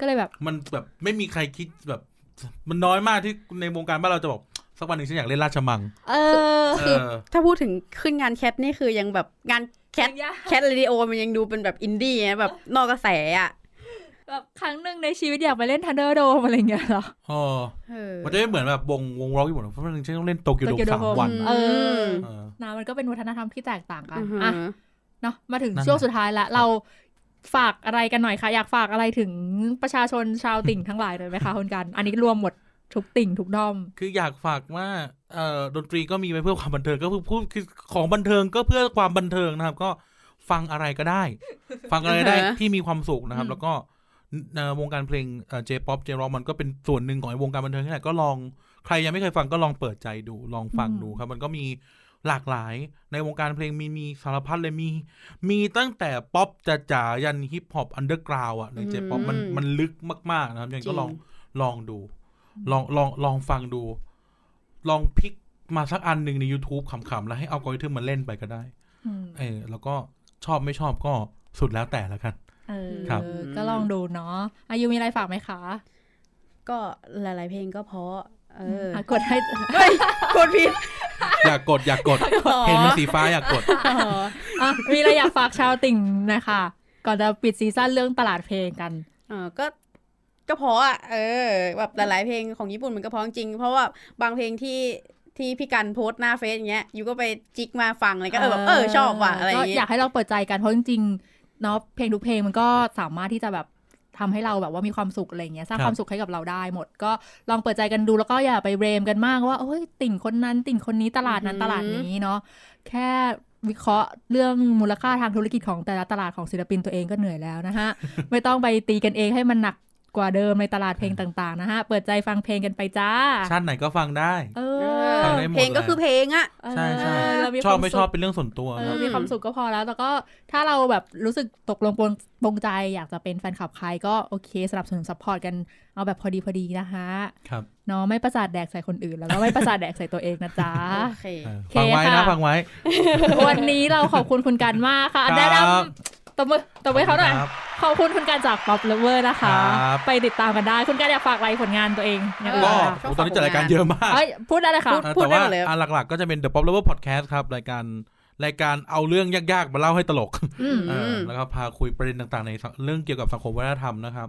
Speaker 2: ก็เลยแบบ
Speaker 4: มันแบบไม่มีใครคิดแบบ มันน้อยมากที่ในวงการบ้านเราจะบอกสักวันหนึ่งฉันอยากเล่นราชมัง
Speaker 3: เออ
Speaker 4: เออ
Speaker 3: ถ้าพูดถึงขึ้นงานแคทนี่คือยังแบบงานแคท
Speaker 2: ยังยาก
Speaker 3: แคทเรดิโอมันยังดูเป็นแบบอินดี้ไงแบบนอกกระแสอ่ะ
Speaker 2: แบบครั้งหนึ่งในชีวิตอยากไปเล่นทันเดอร์โดมอะไรอย่างเงี้ยเหรอ
Speaker 4: เออ
Speaker 3: เออ
Speaker 4: มันจะไม่เหมือนแบบวงวงร็อกญี่ปุ่นเพราะมันฉันต้องเล่นโตเกียวโดม
Speaker 2: Tokyo
Speaker 4: สาม
Speaker 2: Dome
Speaker 4: วัน
Speaker 2: เออ
Speaker 4: เออ
Speaker 2: นะมันก็เป็นวัฒนธรรมที่แตกต่างกัน
Speaker 3: อือหืออ
Speaker 2: อ่ะ เนาะมาถึง
Speaker 4: นั่น
Speaker 2: ช่วง
Speaker 4: แหละ
Speaker 2: สุดท้ายละเราฝากอะไรกันหน่อยคะอยากฝากอะไรถึงประชาชนชาวติ่งทั้งหลายเลยไหมคะคุณกัน อันนี้รวมหมดทุกติ่งทุกด้อม
Speaker 4: คืออยากฝากว่าเอ่อดนตรีก็มีไว้เพื่อความบันเทิงก็คือพูดคือของบันเทิงก็เพื่อความบันเทิงนะครับ ก็ฟังอะไรก็ได้ ฟังอะไร ก็ได้
Speaker 3: อ่าฮะ
Speaker 4: ที่มีความสุขนะครับ
Speaker 2: อืม
Speaker 4: แล้วก็เอ่อวงการเพลงเจป๊อปเจร็อกมันก็เป็นส่วนหนึ่งของไอ้วงการบันเทิงนี่แหละก็ลองใครยังไม่เคยฟังก็ลองเปิดใจดูลองฟังดูครับ มันก็มีหลากหลายในวงการเพลงมีมีสารพัดเลยมี มีตั้งแต่ป๊อปจ๋าๆยันฮิปฮอปอันเดอร์กราวอะในเจป๊อปมัน
Speaker 3: อืม
Speaker 4: มันลึกมากๆนะครับยังไงก็ลอง
Speaker 3: จริ
Speaker 4: ลองดู ลองลองลองฟังดู ลองพลิกมาสักอันหนึ่งใน YouTube ขำๆ แล้วให้เอากริทึมมาเล่นไปก็ได้
Speaker 2: อืม
Speaker 4: เออ แล้วก็ชอบไม่ชอบก็สุดแล้วแต่ละกัน
Speaker 2: เออ
Speaker 4: ครับ
Speaker 2: ก็ลองดูเนาะอายุมีอะไรฝากไหมคะ
Speaker 3: ก็หลาย ๆ เพลงก็เพราะ เออ
Speaker 2: อ่ะกดให้
Speaker 3: กดผิด
Speaker 4: อยากกดอยากกด เห็นมันสีฟ้าอยากกด
Speaker 2: อ่ะมีอะไรอยากฝากชาวติ่งหนะคะก่อนจะปิดซีซั่นเรื่องตลาดเพลงกัน
Speaker 3: เออก็ก็เพราะอ่ะเออ แบบหลาย ๆ เพลงของญี่ปุ่นมันก็เพราะจริงเพราะว่าบางเพลงที่ที่พี่กันโพสต์หน้าเฟซอย่างเงี้ยยูก็ไปจิกมาฟังเลยก็เออแบบเออชอบว่ะอะไรอย่าง
Speaker 2: ก็อ
Speaker 3: เงี้
Speaker 2: ยาย กให้เราเปิดใจกันเพราะจริงๆเนาะเพลงทุกเพลงมันก็สามารถที่จะแบบทำให้เราแบบว่ามีความสุขอะไรเงี้ยสร้าง
Speaker 4: ครั
Speaker 2: ค
Speaker 4: บ
Speaker 2: วามสุขให้กับเราได้หมด ก็ลองเปิดใจกันดูแล้วก็อย่าไปเบรมกันมากว่าโอ้ยติ่งคนนั้นติ่งคนนี้ตลาดนั้น
Speaker 3: อือหือ
Speaker 2: ตลาดนี้เนาะแค่วิเคราะห์เรื่องมูลค่าทางธุรกิจของแต่ละตลาดของศิลปินตัวเองก็เหนื่อยแล้ว นะฮะ ไม่ต้องไปตีกันเองให้มันหนักกว่าเดิมในตลาดเพลงต่างๆนะฮะเปิดใจฟังเพลงกันไปจ้า
Speaker 4: ชาติไหนก็ฟังได้
Speaker 2: เอ
Speaker 3: เอ
Speaker 2: อ
Speaker 4: ฟั
Speaker 3: อง
Speaker 4: ได้หมด
Speaker 3: เพลงก็คือเพลงอ่ะ
Speaker 2: เออ
Speaker 4: ใช่ใช่
Speaker 2: เรา
Speaker 4: ชอ
Speaker 2: ค
Speaker 4: บ
Speaker 2: วาม
Speaker 4: ไม่
Speaker 2: สุ
Speaker 4: ช
Speaker 2: ข
Speaker 4: อบเป็นเรื่องส่วนตัว
Speaker 2: เอ
Speaker 4: ค
Speaker 2: อ
Speaker 4: รับ
Speaker 2: มีความสุขก็พอแล้ว แล้วก็ถ้าเราแบบรู้สึกตกลงปลงปลงใจอยากจะเป็นแฟนคลับใครก็โอเคสนับสนุนซัพพอร์ตกันเอาแบบพอดีพอดีนะคะ
Speaker 4: ครับ
Speaker 2: เนาะไม่ประสาทแดกใส่คนอื่น แล้วก็ไม่ประสาทแดกใส่ตัวเองนะ จ๊ะ
Speaker 3: โอเค
Speaker 4: เออ
Speaker 2: โอเค
Speaker 4: ฟังไว้นะ
Speaker 2: ค่ะ
Speaker 4: ฟังไว้
Speaker 2: วันนี้เราขอบคุณคุณกันมากค่ะ
Speaker 4: ครับ
Speaker 2: แนะนำตบมือตบมือให้เขาหน่อย
Speaker 4: ครับ
Speaker 2: ขอบคุณคุณกันจาก Pop Lover นะคะ
Speaker 4: ครับ
Speaker 2: ไปติดตามกันได้ คุณกันอยากฝากอะไรผลงานตัวเองยังไง
Speaker 3: เ
Speaker 4: ก็
Speaker 2: บ้าง
Speaker 4: โอ้ตอนนี้จัดรายการเยอะมาก
Speaker 2: เอ้ยพูดได้เลยค่ะ
Speaker 4: อ่ะ
Speaker 3: พูด
Speaker 4: แต่
Speaker 3: ได้
Speaker 4: ว่า
Speaker 3: หมดเลยครับ
Speaker 4: อันหลักๆก็จะเป็น The Pop Lover Podcast ครับ รายการรายการเอาเรื่องยากๆ มาเล่าให้ตลก
Speaker 2: อืม
Speaker 4: เออแล้วก็พาคุยประเด็นต่างๆ ในสังเรื่องเกี่ยวกับสังคมวัฒนธรรมนะครับ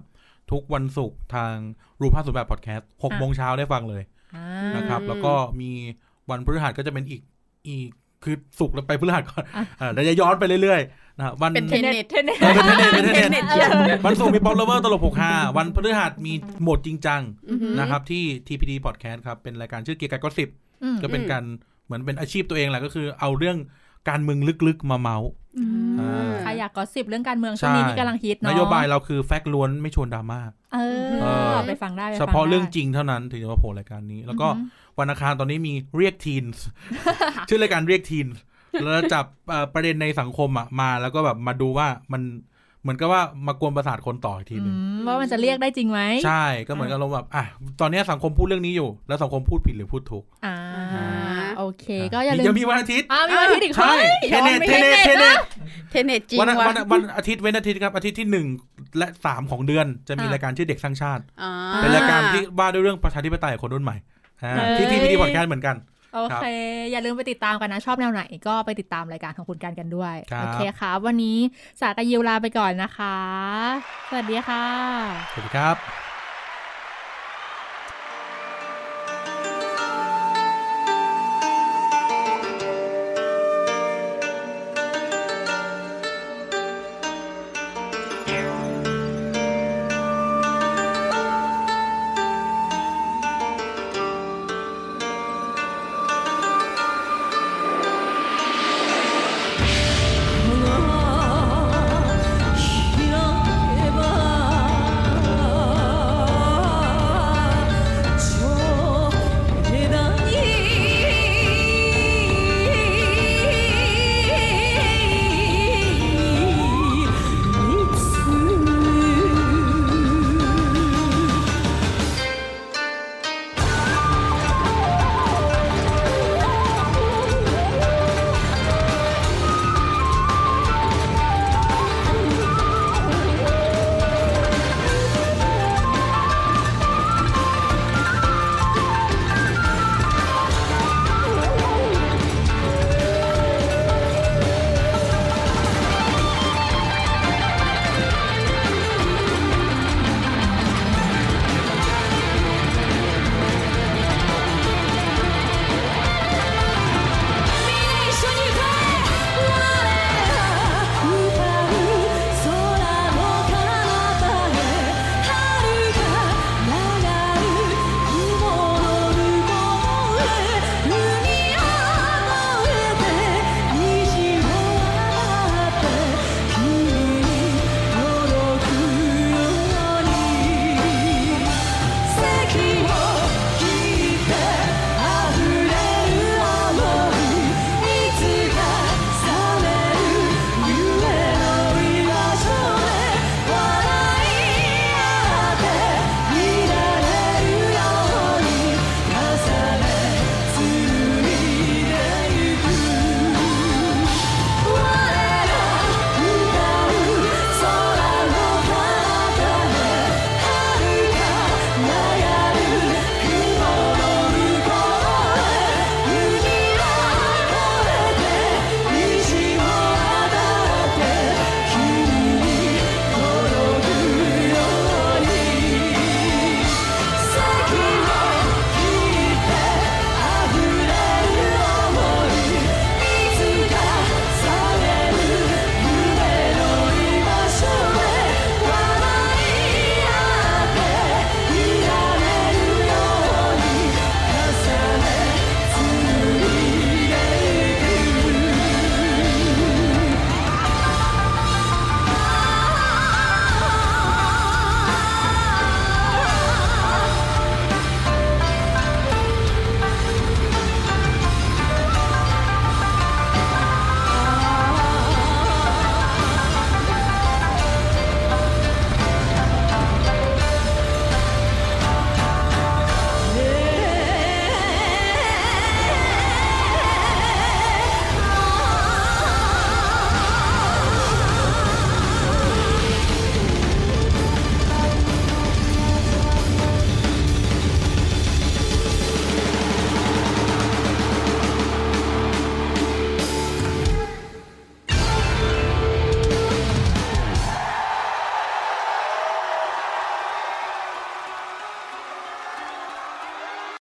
Speaker 4: ทุกวันศุกร์ทางรูปภาพสุดแบบพอดแคสต์หกโมงเช้าได้ฟังเลย
Speaker 2: อ่า
Speaker 4: นะครับ
Speaker 3: อืม
Speaker 4: แล้วก็มีวันพฤหัสก็จะเป็นอีกอีกคือศุกร์แล้วไปพฤหัสก่อนเออแล้วจะย้อนไปเรื่อยๆนะครับวัน
Speaker 3: เป็นเทรนเน็ต
Speaker 2: เทนเน็ต
Speaker 4: เออเป็นเทรนเน็ตเป็นเทรน
Speaker 3: เน็
Speaker 4: เน็ต
Speaker 3: ตเชียร์
Speaker 4: วันศุกร์มีป๊อปเลเวอร์ตลกห กห้าวันพฤหัสมีโหมดจริงจัง
Speaker 3: อือหือ
Speaker 4: นะครับที่ TPD Podcast ครับเป็นรายการชื่อเกียร์กายก็สิบ ก็เป็น
Speaker 3: อืม
Speaker 4: การเหมือนเป็นอาชีพตัวเองแหละก็คือเอาเรื่องการเมืองลึกๆมาเมาส์ อ่า
Speaker 2: ใครอยากกอสซิบเรื่องการเมืองช่วงนี้ที่กำลังฮิต
Speaker 4: น
Speaker 2: เนาะ
Speaker 4: โยบายเราคือแฟกต์ล้วนไม่ชวนดราม่า
Speaker 2: เอ
Speaker 4: เออ
Speaker 2: อไปฟังได้ไปฟัง
Speaker 4: เฉพาะ
Speaker 2: ได้
Speaker 4: เรื่องจริงเท่านั้นถึงจะมาโผล่รายการนี้ แล้วก็
Speaker 2: อือ
Speaker 4: วันอังคารตอนนี้มีเรียกทีน ชื่อรายการเรียกทีนแล้วจับเอ่อประเด็นในสังคมอะมาแล้วก็แบบมาดูว่ามันเหมือนกับว่ามากวนประสาทคนต่ออีกที
Speaker 2: หืออื
Speaker 4: หนึ่ง
Speaker 2: มว่ามันจะเรียกได้จริงไหม
Speaker 4: ใช่ก็เหมือนกับเราแบบอ่ะตอนเนี้ยสังคมพูดเรื่องนี้อยู่ แล้วสังคมพูดผิดหรือพูดถูก
Speaker 2: อ่า
Speaker 3: อ่า
Speaker 2: โอเค ก็อย่าลืม
Speaker 4: ยังมีวันอาทิตย์
Speaker 2: อ่ามีวันที่อีก
Speaker 4: ใช่เท
Speaker 2: ฮ้ย
Speaker 4: เนตเทเนตเทเนต
Speaker 3: เทรนเน็ตจริง
Speaker 4: วันอะ
Speaker 3: ว่ะ
Speaker 4: วันอะวันอาทิตย์เว้นอาทิตย์ครับอาทิตย์ที่หนึ่งและสามของเดือนจะมีรายการชื่อเด็กสร้างชาติ
Speaker 3: อ่า
Speaker 4: เป็นรายการที่ว่าด้วยเรื่องประชาธิปไตยของคนรุ่นใหม่อ่าที่ที่พิธีพอดแคสต์เหมือนกัน
Speaker 2: โอเค อย่าลืมไปติดตามกันนะ ชอบแนวไหนก็ไปติดตามรายการของคุณการกันด้วย
Speaker 4: ครับ
Speaker 2: โอเคค่ะ วันนี้สากายิวลาไปก่อนนะคะ สวัสดีค่ะ
Speaker 4: สวัสดีครับ